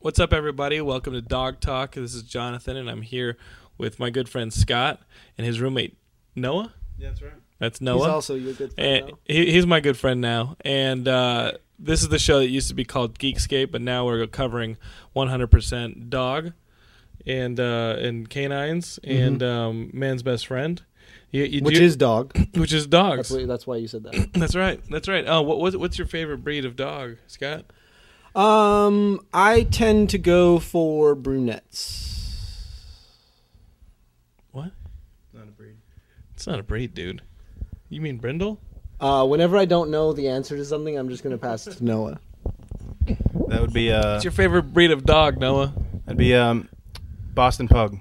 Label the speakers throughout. Speaker 1: What's up, everybody? Welcome to Dog Talk. This is Jonathan, and I'm here with my good friend Scott and his roommate Noah.
Speaker 2: That's right.
Speaker 1: That's
Speaker 2: He's
Speaker 1: Noah. Eh,
Speaker 2: also your good friend.
Speaker 1: and
Speaker 2: now.
Speaker 1: he, he's my good friend now. And uh, this is the show that used to be called Geekscape, but now we're covering 100% dog and uh, and canines and um, man's best friend, you, you
Speaker 2: Mm-hmm. Which
Speaker 1: do-
Speaker 2: is dog.
Speaker 1: which is dogs.
Speaker 2: That's, why- that's why you said that.
Speaker 1: That's right. That's right. Oh, what, what what's your favorite breed of dog, Scott?
Speaker 2: Um, I tend to go for brunettes.
Speaker 1: What?
Speaker 3: Not a breed.
Speaker 1: It's not a breed, dude. You mean brindle?
Speaker 2: Uh, whenever I don't know the answer to something, I'm just gonna pass it to Noah.
Speaker 3: That would be uh,
Speaker 1: What's your favorite breed of dog, Noah?
Speaker 3: that'd be um, Boston Pug.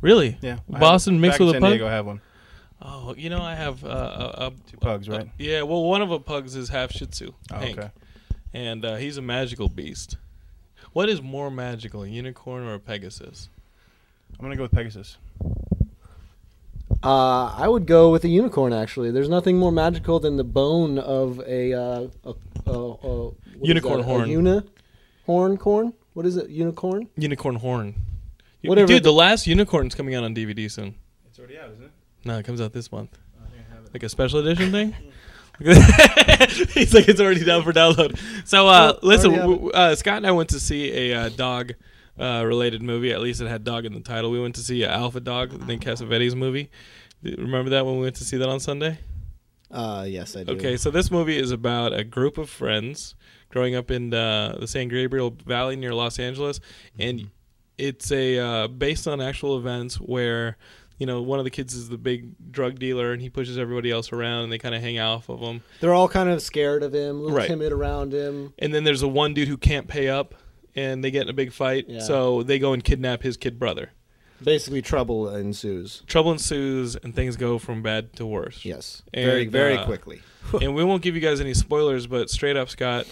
Speaker 1: Really?
Speaker 3: Yeah, I
Speaker 1: Boston
Speaker 3: have-
Speaker 1: mixed
Speaker 3: back in
Speaker 1: with a
Speaker 3: San
Speaker 1: pug.
Speaker 3: Diego, I have one.
Speaker 1: Oh, you know I have uh, a, a
Speaker 3: Two pugs, right?
Speaker 1: Yeah, well, one of the pugs is half Shih Tzu,
Speaker 3: Oh,
Speaker 1: Hank,
Speaker 3: okay.
Speaker 1: and uh, he's a magical beast. What is more magical, a unicorn or a Pegasus?
Speaker 3: I'm gonna go with Pegasus.
Speaker 2: Uh, I would go with a unicorn. Actually, there's nothing more magical than the bone of a, uh, a, a, a what is
Speaker 1: Unicorn
Speaker 2: that?
Speaker 1: horn.
Speaker 2: A uni- horn corn. What is it? Unicorn.
Speaker 1: Unicorn horn. You-
Speaker 2: Whatever
Speaker 1: Dude,
Speaker 2: the-
Speaker 1: the last unicorn's coming out on DVD soon.
Speaker 3: It's already out, isn't it?
Speaker 1: No, it comes out this month.
Speaker 3: I think I have it.
Speaker 1: Like a special edition thing? Look at that. He's like, it's already down for download. So, uh,
Speaker 2: Oh,
Speaker 1: listen,
Speaker 2: already have
Speaker 1: w- w- uh, Scott and I went to see a uh, dog uh, related movie. At least it had dog in the title. We went to see uh, Alpha Dog, Nick Cassavetes movie. Do you Remember that when we went to see that on Sunday?
Speaker 2: Uh, yes, I do.
Speaker 1: Okay, so this movie is about a group of friends growing up in uh, the San Gabriel Valley near Los Angeles, and it's a uh, based on actual events where you know one of the kids is the big drug dealer and he pushes everybody else around and they kind of hang off of him.
Speaker 2: They're all kind of scared of him, a little
Speaker 1: Right.
Speaker 2: timid around him.
Speaker 1: And then there's a one dude who can't pay up, and they get in a big fight,
Speaker 2: Yeah.
Speaker 1: so they go and kidnap his kid brother.
Speaker 2: Basically, trouble ensues.
Speaker 1: Trouble ensues, and things go from bad to worse.
Speaker 2: Yes,
Speaker 1: And,
Speaker 2: very very
Speaker 1: uh,
Speaker 2: quickly.
Speaker 1: and we won't give you guys any spoilers, but straight up, Scott.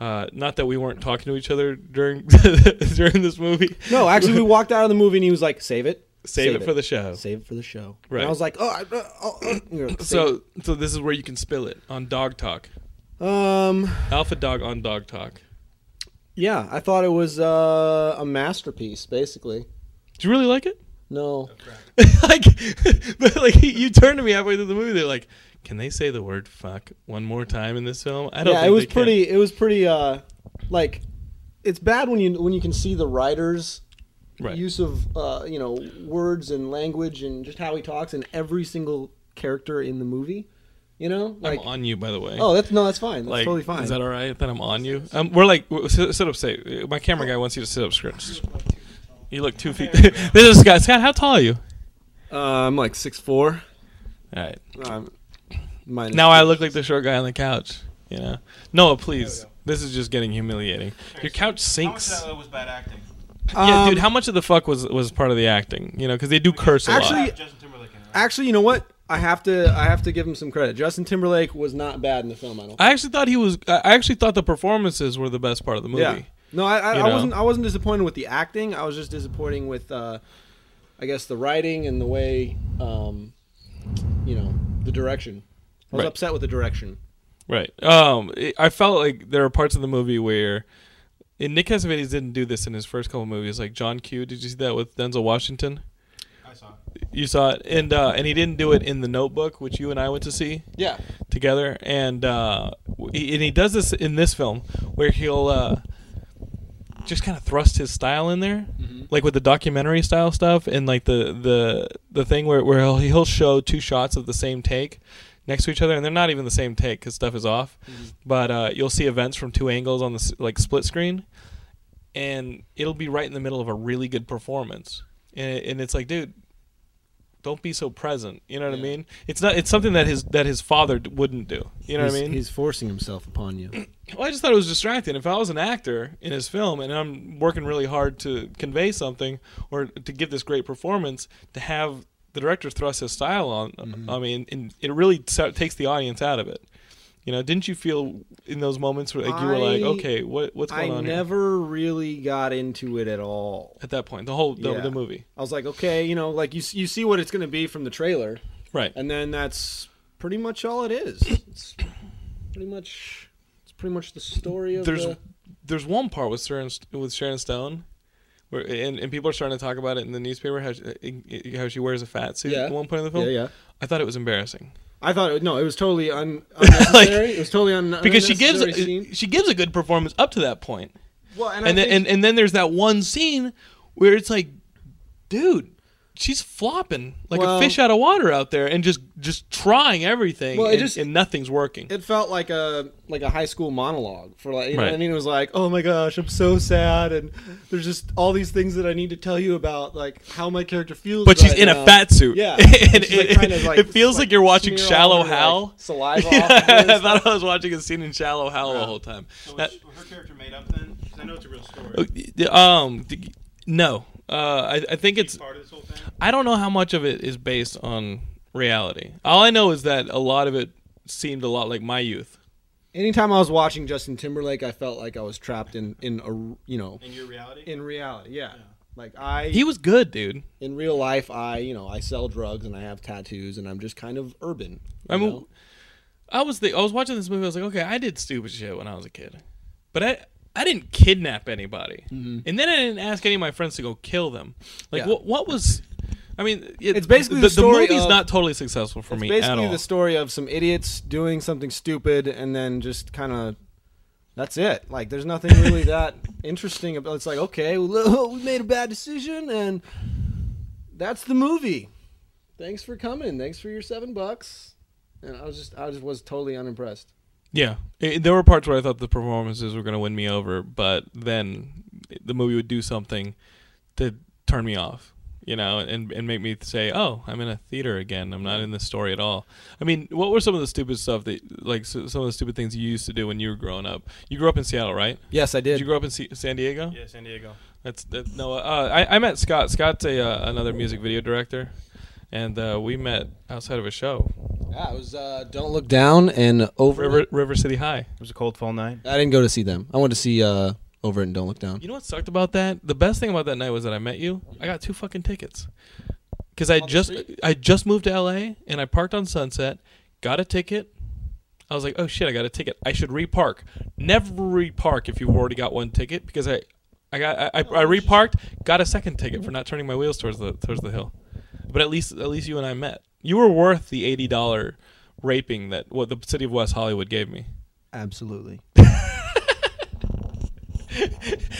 Speaker 1: Uh, not that we weren't talking to each other during during this movie.
Speaker 2: No, actually, we walked out of the movie and he was like, "Save it,
Speaker 1: Save, it, for the show.
Speaker 2: save it for the show."
Speaker 1: Right.
Speaker 2: And I was like, "Oh, I, uh, oh, uh," you know, save
Speaker 1: So, so this is where you can spill it on Dog Talk,
Speaker 2: it. um,
Speaker 1: Alpha Dog on Dog Talk.
Speaker 2: yeah, I thought it was uh, a masterpiece, basically.
Speaker 1: Do you really like it?
Speaker 2: No,
Speaker 1: like, but like you turned to me halfway through the movie. They're like, "Can they say the word fuck one more time in this film?" I don't.
Speaker 2: yeah,
Speaker 1: think
Speaker 2: it was
Speaker 1: they can.
Speaker 2: pretty. It was pretty. Uh, like, it's bad when you when you can see the writers.
Speaker 1: Right.
Speaker 2: Use of uh, you know words and language and just how he talks and every single character in the movie, you know,
Speaker 1: I'm
Speaker 2: like
Speaker 1: on you, by the way.
Speaker 2: oh that's no that's fine that's
Speaker 1: like,
Speaker 2: totally fine.
Speaker 1: Is that all right? Then I'm on you. Um, we're like w- sit, sit up straight. My camera guy wants you to sit up straight. You look two feet. this is Scott. Scott, how tall are you?
Speaker 2: Uh, I'm like six four.
Speaker 1: All right.
Speaker 2: Um, minus
Speaker 1: Now I look like the short guy on the couch. You know, Noah, please. This is just getting humiliating. Your couch sinks.
Speaker 3: was bad acting?
Speaker 1: yeah,
Speaker 2: Um,
Speaker 1: dude. How much of the fuck was was part of the acting? You know, because they do curse a
Speaker 2: Actually-
Speaker 1: lot.
Speaker 3: Justin Timberlake.
Speaker 2: Actually, you know what? I have to I have to give him some credit. Justin Timberlake was not bad in the film. I don't.
Speaker 1: I actually thought he was. I actually thought the performances were the best part of the movie.
Speaker 2: yeah. No, I, I,
Speaker 1: You
Speaker 2: I
Speaker 1: know?
Speaker 2: wasn't. I wasn't disappointed with the acting. I was just disappointing with, uh, I guess, the writing and the way, um, you know, the direction. I was
Speaker 1: Right.
Speaker 2: upset with the direction.
Speaker 1: Right. Um, it- I felt like there are parts of the movie where, and Nick Cassavetes didn't do this in his first couple movies. Like John Q. Did you see that with Denzel Washington?
Speaker 3: I saw.
Speaker 1: You saw it, and uh, and he didn't do it in The Notebook, which you and I went to see
Speaker 2: Yeah.
Speaker 1: together. And uh, he, and he does this in this film where he'll uh, just kind of thrust his style in there, like with the documentary style stuff, and like the the the thing where where he'll, he'll show two shots of the same take next to each other, and they're not even the same take because stuff is off. But uh, you'll see events from two angles on the s- like split screen, and it'll be right in the middle of a really good performance, and, and it's like, dude. Don't be so present. You know what I
Speaker 2: Yeah.
Speaker 1: mean? It's not. It's something that his that his father d- wouldn't do. You know what I mean?
Speaker 2: He's forcing himself upon you.
Speaker 1: Well, I just thought it was distracting. If I was an actor in his film and I'm working really hard to convey something or to give this great performance, to have the director thrust his style on, uh,
Speaker 2: Mm-hmm.
Speaker 1: I mean, and it really so- takes the audience out of it. You know, didn't you feel in those moments where like, you were like,
Speaker 2: I-
Speaker 1: okay, what what's
Speaker 2: I
Speaker 1: going on here?
Speaker 2: never really got into it at all.
Speaker 1: At that point, the whole the,
Speaker 2: Yeah.
Speaker 1: the movie,
Speaker 2: I was like, okay, you know, like you s- you see what it's going to be from the trailer.
Speaker 1: right?
Speaker 2: and then that's pretty much all it is. It's pretty much it's pretty much the story of
Speaker 1: There's
Speaker 2: the,
Speaker 1: there's one part with Sharon with Sharon Stone, where and, and people are starting to talk about it in the newspaper how she, how she wears a fat suit
Speaker 2: Yeah.
Speaker 1: at one point in the film.
Speaker 2: Yeah, yeah.
Speaker 1: I thought it was embarrassing
Speaker 2: I thought it, no, it was totally un, unnecessary. it was totally un,
Speaker 1: because she gives
Speaker 2: unnecessary scene.
Speaker 1: she gives a good performance up to that point,
Speaker 2: well, and,
Speaker 1: and
Speaker 2: I
Speaker 1: then
Speaker 2: think-
Speaker 1: and, and then there's that one scene where it's like, dude. She's flopping like
Speaker 2: Well-
Speaker 1: a fish out of water out there, and just just trying everything,
Speaker 2: Well, it
Speaker 1: and,
Speaker 2: just-
Speaker 1: and nothing's working.
Speaker 2: it felt like a like a high school monologue for like you know what I
Speaker 1: Right.
Speaker 2: mean it was like oh my gosh I'm so sad and there's just all these things that I need to tell you about like how my character feels
Speaker 1: but she's
Speaker 2: right
Speaker 1: in
Speaker 2: now.
Speaker 1: a fat suit.
Speaker 2: yeah
Speaker 1: and,
Speaker 2: And she's, like,
Speaker 1: it,
Speaker 2: kind of, like,
Speaker 1: it feels like, you're watching
Speaker 2: smear all
Speaker 1: Shallow
Speaker 2: her,
Speaker 1: Hal.
Speaker 2: like, saliva
Speaker 1: Yeah,
Speaker 2: off of
Speaker 1: I
Speaker 2: his-
Speaker 1: thought I was watching a scene in Shallow Hal
Speaker 2: Uh,
Speaker 1: the whole time.
Speaker 3: So
Speaker 1: That- Oh,
Speaker 3: was her character made up then? 'Cause I know it's a real story.
Speaker 1: Uh, um, d- no, uh, I, I think
Speaker 3: She's
Speaker 1: it's.
Speaker 3: part of this whole thing.
Speaker 1: I don't know how much of it is based on reality. All I know is that a lot of it seemed a lot like my youth.
Speaker 2: anytime I was watching Justin Timberlake I felt like I was trapped in in a you know
Speaker 3: In your reality?
Speaker 2: in reality yeah, like I
Speaker 1: He was good, dude.
Speaker 2: in real life I you know I sell drugs and I have tattoos and I'm just kind of urban
Speaker 1: I
Speaker 2: you
Speaker 1: mean,
Speaker 2: know?
Speaker 1: I was the, I was watching this movie. I was like, okay, I did stupid shit when I was a kid, but I I didn't kidnap anybody, and then I didn't ask any of my friends to go kill them. Like,
Speaker 2: Mm-hmm. Yeah.
Speaker 1: what what was? I mean, it-
Speaker 2: It's basically
Speaker 1: the,
Speaker 2: the story
Speaker 1: movie's
Speaker 2: of-
Speaker 1: not totally successful for
Speaker 2: It's
Speaker 1: me at
Speaker 2: basically
Speaker 1: all.
Speaker 2: the story of some idiots doing something stupid and then just kind of that's it. Like there's nothing really that interesting about. It's like okay, well, we made a bad decision and that's the movie. Thanks for coming. Thanks for your seven bucks. And I was just I just was totally unimpressed.
Speaker 1: yeah, It- there were parts where I thought the performances were going to win me over, but then the movie would do something to turn me off. You know, and and make me say, "Oh, I'm in a theater again. I'm not in this story at all." I mean, what were some of the stupid stuff that, like, so, some of the stupid things you used to do when you were growing up? You grew up in Seattle, right?
Speaker 2: Yes, I
Speaker 1: Did you grow up in C- San Diego?
Speaker 3: Yeah, San Diego.
Speaker 1: That's that, no. Uh, I I met Scott. Scott's a uh, another music video director, and uh, we met outside of a show,
Speaker 2: yeah, it was uh, Don't Look Down and Over.
Speaker 1: River River City High.
Speaker 3: It was a cold fall night.
Speaker 2: I didn't go to see them. I wanted to see uh, Over it and Don't Look Down.
Speaker 1: You know what sucked about that? The best thing about that night was that I met you. I got two fucking tickets. Cuz I
Speaker 2: On the
Speaker 1: just
Speaker 2: street?
Speaker 1: I just moved to LA and I parked on Sunset, got a ticket. I was like, "Oh shit, I got a ticket. I should repark." Never repark if you've already got one ticket because I I got I, I, I reparked, got a second ticket for not turning my wheels towards the towards the hill. But at least at least you and I met. You were worth the $80 raping that what the city of West Hollywood gave me.
Speaker 2: Absolutely.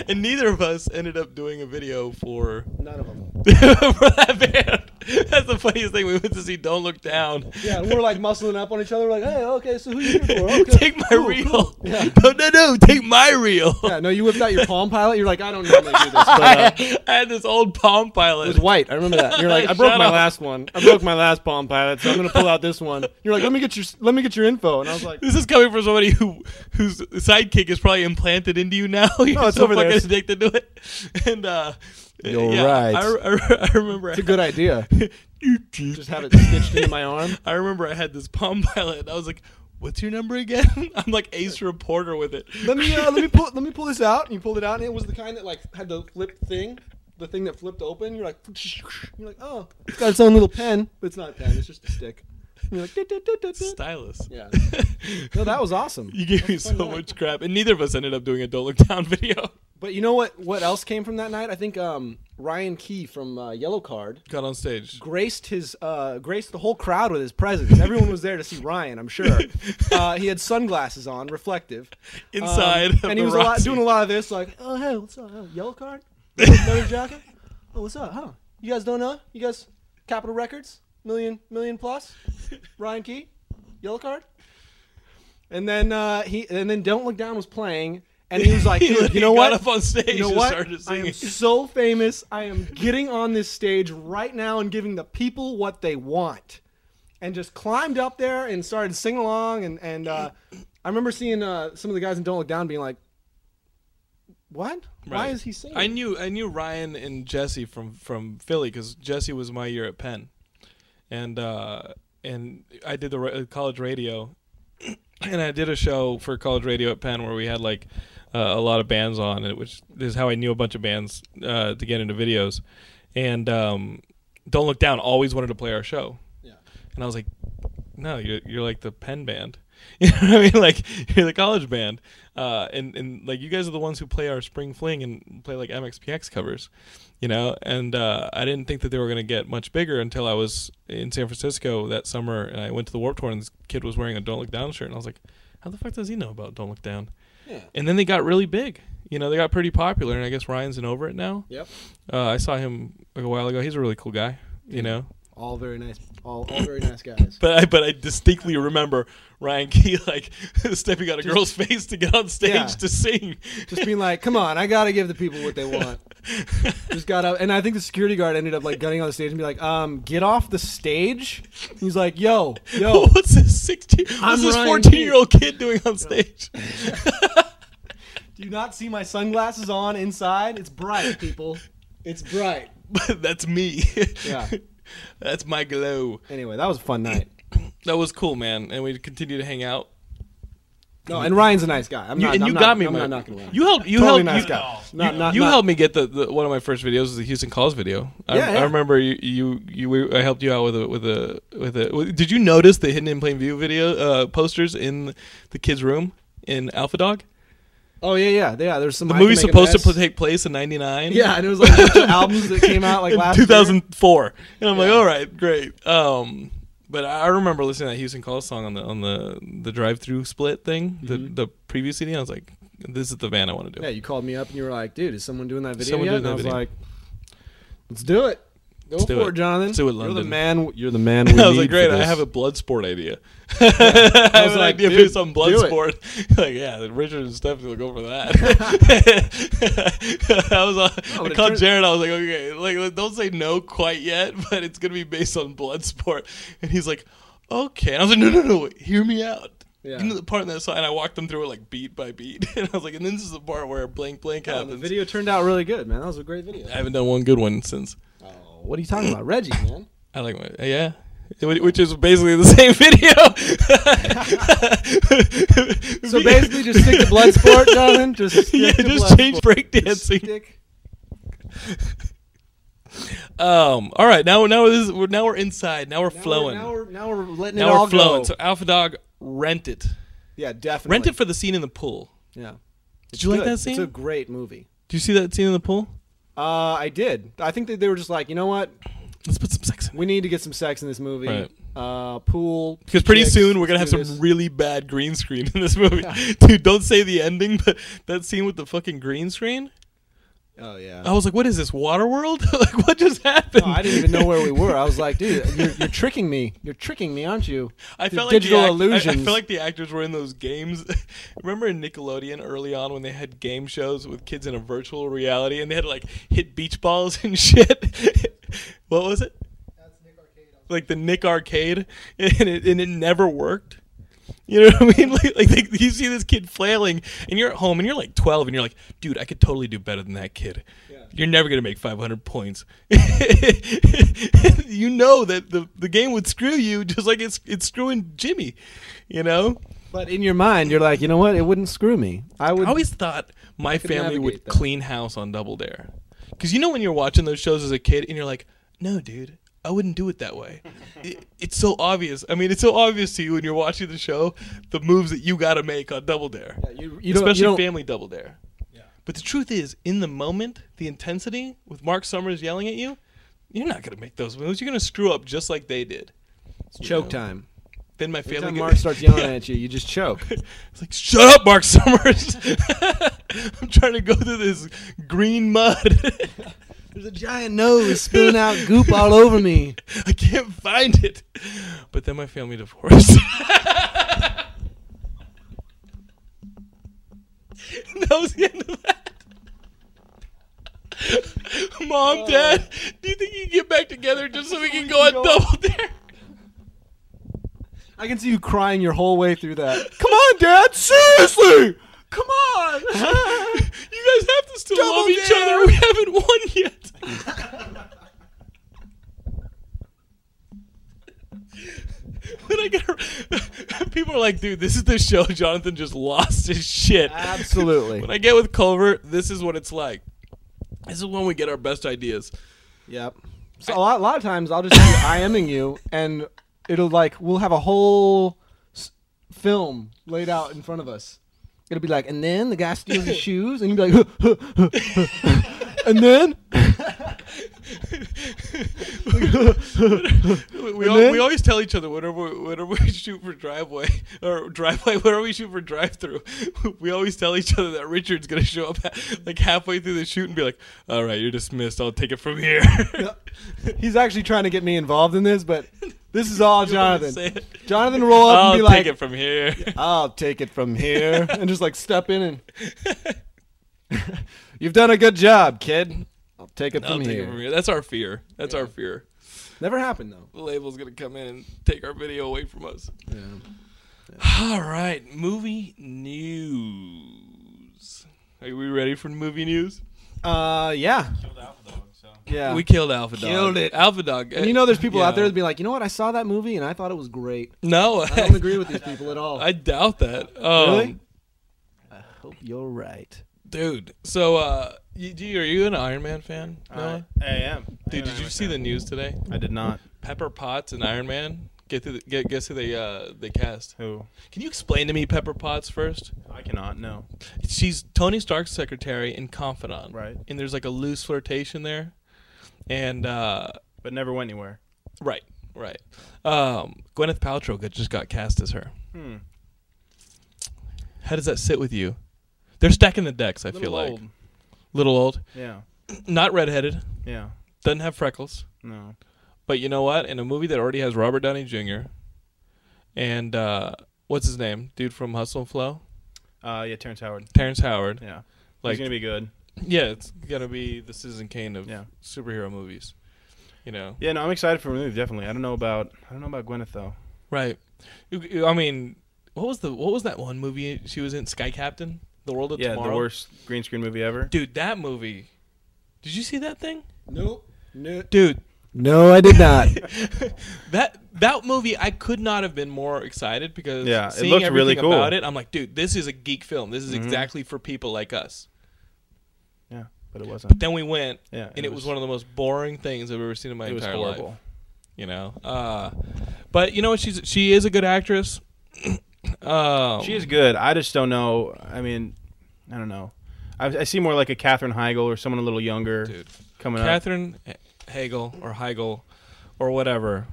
Speaker 1: And neither of us ended up doing a video for
Speaker 2: None of them.
Speaker 1: for that band. That's the funniest thing. We went to see Don't Look Down.
Speaker 2: Yeah, we're like muscling up on each other. like, hey, okay, so who you here for? Okay,
Speaker 1: take my
Speaker 2: cool,
Speaker 1: reel.
Speaker 2: cool." Yeah.
Speaker 1: No, no, no. Take my reel.
Speaker 2: yeah, no, you whipped out your Palm Pilot. You're like, I don't normally do this, but uh, it
Speaker 1: I, I had this old Palm Pilot.
Speaker 2: was white. I remember that. You're like, I broke
Speaker 1: Shut
Speaker 2: my
Speaker 1: up.
Speaker 2: last one. I broke my last Palm Pilot, so I'm gonna pull out this one. You're like, let me get your, let me get your info, and I was like,
Speaker 1: This is coming from somebody who whose sidekick is probably implanted into you now. You're
Speaker 2: No, it's
Speaker 1: so
Speaker 2: over there.
Speaker 1: fucking addicted to it. And uh,
Speaker 2: You're
Speaker 1: yeah,
Speaker 2: right.
Speaker 1: I, I, I remember.
Speaker 2: it's a good idea. Just have it stitched into my arm.
Speaker 1: I remember I had this Palm Pilot. And I was like, "What's your number again?" I'm like Ace Reporter with it.
Speaker 2: Let me, uh, let me pull, let me pull this out. And you pulled it out, and it was the kind that like had the flip thing, the thing that flipped open. You're like, you're like, oh, it's got its own little pen, but it's not a pen. It's just a stick. And you're like, "Dut, dut, dut, dut, dut."
Speaker 1: Stylus.
Speaker 2: yeah. No, that was awesome.
Speaker 1: You gave me
Speaker 2: That's a fun
Speaker 1: so
Speaker 2: night.
Speaker 1: much crap, and neither of us ended up doing a "Don't Look Down" video.
Speaker 2: But you know what? What else came from that night? I think um, Ryan Key from uh, Yellow Card
Speaker 1: Got on stage.
Speaker 2: graced his uh, graced the whole crowd with his presence. Everyone was there to see Ryan. I'm sure. Uh, he had sunglasses on, reflective. Um,
Speaker 1: Inside of
Speaker 2: and
Speaker 1: the
Speaker 2: he was a lot,
Speaker 1: Roxy.
Speaker 2: doing a lot of this, like, "Oh hey, what's up? Oh, yellow Card, another jacket. Oh, what's up? Huh? You guys don't know? You guys, Capitol Records, million million plus. Ryan Key, Yellow Card." And then uh, he and then Don't Look Down was playing. And he was like,
Speaker 1: He
Speaker 2: "Dude, you know
Speaker 1: got
Speaker 2: what?
Speaker 1: up on stage
Speaker 2: you know
Speaker 1: and
Speaker 2: what?
Speaker 1: started
Speaker 2: I
Speaker 1: singing.
Speaker 2: am so famous. I am getting on this stage right now and giving the people what they want. And just climbed up there and started singing along. And, and uh, I remember seeing uh, some of the guys in Don't Look Down being like, what? Why
Speaker 1: Right.
Speaker 2: is he singing?
Speaker 1: I knew I knew Ryan and Jesse from from Philly because Jesse was my year at Penn, and uh, and I did the ra- uh, college radio, and I did a show for college radio at Penn where we had like uh, a lot of bands on, and which is how I knew a bunch of bands uh, to get into videos, and um, Don't Look Down always wanted to play our show,
Speaker 2: Yeah.
Speaker 1: and I was like, no, you're, you're like the Penn band. You know what I mean? Like you're the college band, uh, and and like you guys are the ones who play our spring fling and play like MXPX covers, you know. And uh, I didn't think that they were gonna get much bigger until I was in San Francisco that summer, and I went to the Warped Tour, and this kid was wearing a Don't Look Down shirt, and I was like, how the fuck does he know about Don't Look Down?
Speaker 2: Yeah.
Speaker 1: And then they got really big. You know, they got pretty popular, and I guess Ryan's in over it now.
Speaker 2: Yep.
Speaker 1: Uh, I saw him like a while ago. He's a really cool guy. You
Speaker 2: Yeah.
Speaker 1: know,
Speaker 2: All very nice. All, all very nice guys.
Speaker 1: But I but I distinctly remember Ryan Key like stepping on a girl's face to get on stage
Speaker 2: Yeah.
Speaker 1: to sing.
Speaker 2: Just being like, come on, I gotta give the people what they want. Just got up, and I think the security guard ended up like gunning on the stage and be like, um, get off the stage. He's like, yo, yo,
Speaker 1: what's this sixteen?
Speaker 2: I'm
Speaker 1: What's this
Speaker 2: Ryan
Speaker 1: fourteen year old kid doing on stage?
Speaker 2: do you not see my sunglasses on inside? It's bright, people. It's bright.
Speaker 1: That's me.
Speaker 2: Yeah.
Speaker 1: That's my glow.
Speaker 2: Anyway, that was a fun night.
Speaker 1: That was cool, man. And we continue to hang out.
Speaker 2: No, and Ryan's a nice guy. I'm
Speaker 1: You,
Speaker 2: not,
Speaker 1: and
Speaker 2: I'm
Speaker 1: you
Speaker 2: not-
Speaker 1: got me,
Speaker 2: I'm
Speaker 1: man.
Speaker 2: not knocking Ryan.
Speaker 1: You helped. You
Speaker 2: totally
Speaker 1: helped.
Speaker 2: nice
Speaker 1: you,
Speaker 2: guy. Not,
Speaker 1: you,
Speaker 2: not,
Speaker 1: you
Speaker 2: not-
Speaker 1: helped me get the, the one of my first videos was the Houston Calls video. I,
Speaker 2: Yeah, yeah.
Speaker 1: I remember you, you you we- I helped you out with a with a with a. with- did you notice the hidden in plain view video uh, posters in the kids' room in Alpha Dog?
Speaker 2: Oh yeah, yeah, yeah. There's some.
Speaker 1: The
Speaker 2: I Can
Speaker 1: movie's
Speaker 2: Make a
Speaker 1: supposed to
Speaker 2: Mess.
Speaker 1: pl- take place in '99.
Speaker 2: Yeah, and it was like a bunch of albums that came out like
Speaker 1: In
Speaker 2: last. year.
Speaker 1: 2004, and I'm like,
Speaker 2: Yeah.
Speaker 1: all right, great. Um, but I remember listening to that Houston Calls song on the on the the drive through split thing,
Speaker 2: Mm-hmm.
Speaker 1: the the preview CD. And I was like, this is the van I want to do.
Speaker 2: Yeah, you called me up and you were like, "Dude, is someone doing that video
Speaker 1: Someone
Speaker 2: yet?"
Speaker 1: doing
Speaker 2: And I
Speaker 1: that
Speaker 2: was
Speaker 1: video.
Speaker 2: like, "Let's do it. Go
Speaker 1: Let's do
Speaker 2: for it,
Speaker 1: it.
Speaker 2: Jonathan.
Speaker 1: Let's do it,
Speaker 2: You're the
Speaker 1: London."
Speaker 2: man. You're the man. We
Speaker 1: I was
Speaker 2: need
Speaker 1: like, great,
Speaker 2: for
Speaker 1: I
Speaker 2: this."
Speaker 1: have a blood sport idea. I
Speaker 2: I
Speaker 1: have
Speaker 2: was
Speaker 1: an
Speaker 2: like,
Speaker 1: idea
Speaker 2: dude,
Speaker 1: based on blood
Speaker 2: do it.
Speaker 1: sport. like, yeah, then Richard and Stephanie will go for that. I was
Speaker 2: Oh,
Speaker 1: on, I
Speaker 2: but it
Speaker 1: called
Speaker 2: turns-
Speaker 1: Jared. I was like, okay, like like, don't say no quite yet, but it's gonna be based on blood sport. And he's like, okay. And I was like, no, no, no, wait, hear me out.
Speaker 2: Yeah.
Speaker 1: You know the part in that song, and I walked them through it like beat by beat, and I was like, and this is the part where blank blank
Speaker 2: Oh, the
Speaker 1: happens.
Speaker 2: video turned out really good, man. That was a great video.
Speaker 1: I haven't done one good one since.
Speaker 2: Oh, what are you talking about, Reggie, man?
Speaker 1: I like my yeah, Wh- which is basically the same video.
Speaker 2: So basically, just stick to blood sport, Jonathan. Just stick
Speaker 1: yeah,
Speaker 2: to
Speaker 1: just
Speaker 2: blood
Speaker 1: change
Speaker 2: sport. Just
Speaker 1: breakdancing.
Speaker 2: stick-
Speaker 1: Um, all right, now now this is, we're now we're inside. Now we're
Speaker 2: now we're-
Speaker 1: flowing.
Speaker 2: Now we're, now we're letting it
Speaker 1: Now
Speaker 2: all
Speaker 1: we're flowing.
Speaker 2: go.
Speaker 1: So Alpha Dog, rent it.
Speaker 2: yeah, definitely.
Speaker 1: Rent it for the scene in the pool.
Speaker 2: yeah.
Speaker 1: Did you like
Speaker 2: Good.
Speaker 1: that scene?
Speaker 2: It's a great movie.
Speaker 1: Do you see that scene in the pool?
Speaker 2: Uh, I did. I think that they were just like, you know what?
Speaker 1: Let's put some sex in.
Speaker 2: We need to get some sex in this movie.
Speaker 1: Right.
Speaker 2: Uh, pool.
Speaker 1: Because pretty
Speaker 2: chicks,
Speaker 1: soon we're gonna
Speaker 2: do
Speaker 1: have some
Speaker 2: this.
Speaker 1: really bad green screen in this movie, dude. Don't say the ending, but that scene with the fucking green screen.
Speaker 2: oh yeah.
Speaker 1: I was like, "What is this, Waterworld? like, what just happened?"
Speaker 2: No, I didn't even know where we were. I was like, dude, you're, you're tricking me. You're tricking me, aren't you?
Speaker 1: I
Speaker 2: Your
Speaker 1: felt
Speaker 2: digital
Speaker 1: like the act- I-
Speaker 2: illusions.
Speaker 1: I, feel like the actors were in those games. Remember in Nickelodeon early on when they had game shows with kids in a virtual reality and they had to like hit beach balls and shit. what was it? Like the Nick Arcade, and it, and it never worked. You know what I mean? Like, like they, you see this kid flailing, and you're at home, and you're like 12, and you're like, dude, I could totally do better than that kid. You're never gonna make 500 points. you know that the, the game would screw you, just like it's it's screwing Jimmy. You know,
Speaker 2: But in your mind, you're like, you know what? It wouldn't screw me. I would.
Speaker 1: I always thought my family
Speaker 2: navigate
Speaker 1: would
Speaker 2: that.
Speaker 1: clean house on Double Dare, because you know when you're watching those shows as a kid, and you're like, no, dude. I wouldn't do it that way. It- it's so obvious. I mean, it's so obvious to you when you're watching the show, the moves that you got to make on Double Dare.
Speaker 2: Yeah, you, you don't,
Speaker 1: especially
Speaker 2: you don't,
Speaker 1: family double dare. But the truth is, in the moment, the intensity with Mark Summers yelling at you, you're not gonna make those moves. You're gonna screw up just like they did.
Speaker 2: it's choke
Speaker 1: you know,
Speaker 2: time.
Speaker 1: Then my
Speaker 2: Every
Speaker 1: family
Speaker 2: time
Speaker 1: go-
Speaker 2: Mark starts yelling
Speaker 1: Yeah.
Speaker 2: at you, you just choke.
Speaker 1: It's like, shut up, Mark Summers. I'm trying to go through this green mud.
Speaker 2: There's a giant nose spilling out goop all over me.
Speaker 1: I can't find it. But then my family divorced. And that was the end of that. Mom, Dad, do you think you can get back together just so we can go on double dare?
Speaker 2: I can see you crying your whole way through that. Come on, Dad. Seriously. Come on.
Speaker 1: you guys have to still
Speaker 2: Double
Speaker 1: love each
Speaker 2: dare.
Speaker 1: other. We haven't won yet. when I get ar- people are like, dude, this is the show. Jonathan just lost his shit.
Speaker 2: Absolutely.
Speaker 1: When I get with Culver, this is what it's like. This is when we get our best ideas.
Speaker 2: Yep. So a lot, a lot of times I'll just be IMing you, and it'll like we'll have a whole s- film laid out in front of us. It'll be like, and then the guy steals his shoes, and you'll be like, huh, huh, huh, huh. and then
Speaker 1: we, al-
Speaker 2: then-
Speaker 1: we always tell each other whenever whenever we shoot for driveway or driveway whenever we shoot for drive through, we always tell each other that Richard's gonna show up ha- like halfway through the shoot and be like, "All right, you're dismissed. I'll take it from here."
Speaker 2: he's actually trying to get me involved in this, but this is all
Speaker 1: You wanna say
Speaker 2: Jonathan.
Speaker 1: it?
Speaker 2: Jonathan will roll up
Speaker 1: I'll
Speaker 2: and be
Speaker 1: take
Speaker 2: like,
Speaker 1: it from here.
Speaker 2: I'll take it from here, and just like step in and. You've done a good job, kid. I'll take it
Speaker 1: I'll
Speaker 2: from
Speaker 1: take
Speaker 2: here.
Speaker 1: it from here. That's our fear. That's our fear.
Speaker 2: Never happened though.
Speaker 1: The label's gonna come in and take our video away from us.
Speaker 2: Yeah.
Speaker 1: All right, movie news. Are we ready for movie news?
Speaker 2: Uh, yeah,
Speaker 3: Killed Alpha Dog, so.
Speaker 2: yeah.
Speaker 1: We killed Alpha Dog.
Speaker 2: Killed it.
Speaker 1: Alpha Dog.
Speaker 2: and you know, there's people
Speaker 1: Yeah.
Speaker 2: out there that be like, you know what? I saw that movie and I thought it was great.
Speaker 1: No,
Speaker 2: I don't agree with these people at all.
Speaker 1: I doubt that. Um,
Speaker 2: Really? hope you're right.
Speaker 1: dude. So, uh, you, do you, are you an Iron Man fan?
Speaker 3: I,
Speaker 1: Noah?
Speaker 3: I am. I
Speaker 1: dude,
Speaker 3: am
Speaker 1: did you
Speaker 3: Iron
Speaker 1: see the
Speaker 3: Man.
Speaker 1: news today?
Speaker 3: I did not.
Speaker 1: Pepper Potts and Iron Man. Get to the, get, guess who they uh, they cast?
Speaker 3: Who?
Speaker 1: Can you explain to me Pepper Potts first?
Speaker 3: I cannot. No.
Speaker 1: She's Tony Stark's secretary and confidant,
Speaker 3: Right.
Speaker 1: And there's like a loose flirtation there, and uh,
Speaker 3: But never went anywhere.
Speaker 1: right, right. Um, Gwyneth Paltrow got- just got cast as her.
Speaker 3: Hmm.
Speaker 1: How does that sit with you? They're stacking the decks. I
Speaker 3: Little
Speaker 1: feel like
Speaker 3: old.
Speaker 1: little old,
Speaker 3: Yeah.
Speaker 1: not redheaded,
Speaker 3: Yeah.
Speaker 1: doesn't have freckles.
Speaker 3: No.
Speaker 1: But you know what? In a movie that already has Robert Downey Jr. and uh, what's his name, dude from Hustle and Flow,
Speaker 3: Uh, yeah, Terrence Howard.
Speaker 1: Terrence Howard.
Speaker 3: Yeah.
Speaker 1: Like,
Speaker 3: He's gonna be good.
Speaker 1: yeah, it's gonna be the Citizen Kane of
Speaker 3: Yeah.
Speaker 1: superhero movies. You know,
Speaker 3: Yeah, no, I'm excited for the movie. Definitely. I don't know about. I don't know about Gwyneth though.
Speaker 1: right? You- you- I mean, what was the what was that one movie she was in? Sky Captain, The World of
Speaker 3: yeah,
Speaker 1: Tomorrow.
Speaker 3: the worst green screen movie ever.
Speaker 1: Dude, that movie. Did you see that thing?
Speaker 2: Nope. No,
Speaker 1: Dude,
Speaker 2: no, I did not.
Speaker 1: that that movie I could not have been more excited because
Speaker 3: Yeah, it
Speaker 1: seeing
Speaker 3: looked
Speaker 1: everything
Speaker 3: really cool.
Speaker 1: about it, I'm like, dude, this is a geek film. This is
Speaker 3: Mhm.
Speaker 1: exactly for people like us.
Speaker 3: Yeah, but it
Speaker 1: But
Speaker 3: wasn't.
Speaker 1: then we went
Speaker 3: Yeah,
Speaker 1: and it was, one of the most boring things I've ever seen in my
Speaker 3: It was
Speaker 1: entire
Speaker 3: horrible.
Speaker 1: life. You know? Uh but you know what she's she is a good actress. um,
Speaker 3: She is good. I just don't know. I mean, I don't know. I, I see more like a Katherine Heigl or someone a little younger
Speaker 1: dude.
Speaker 3: coming up.
Speaker 1: Catherine Hagel or Heigl or whatever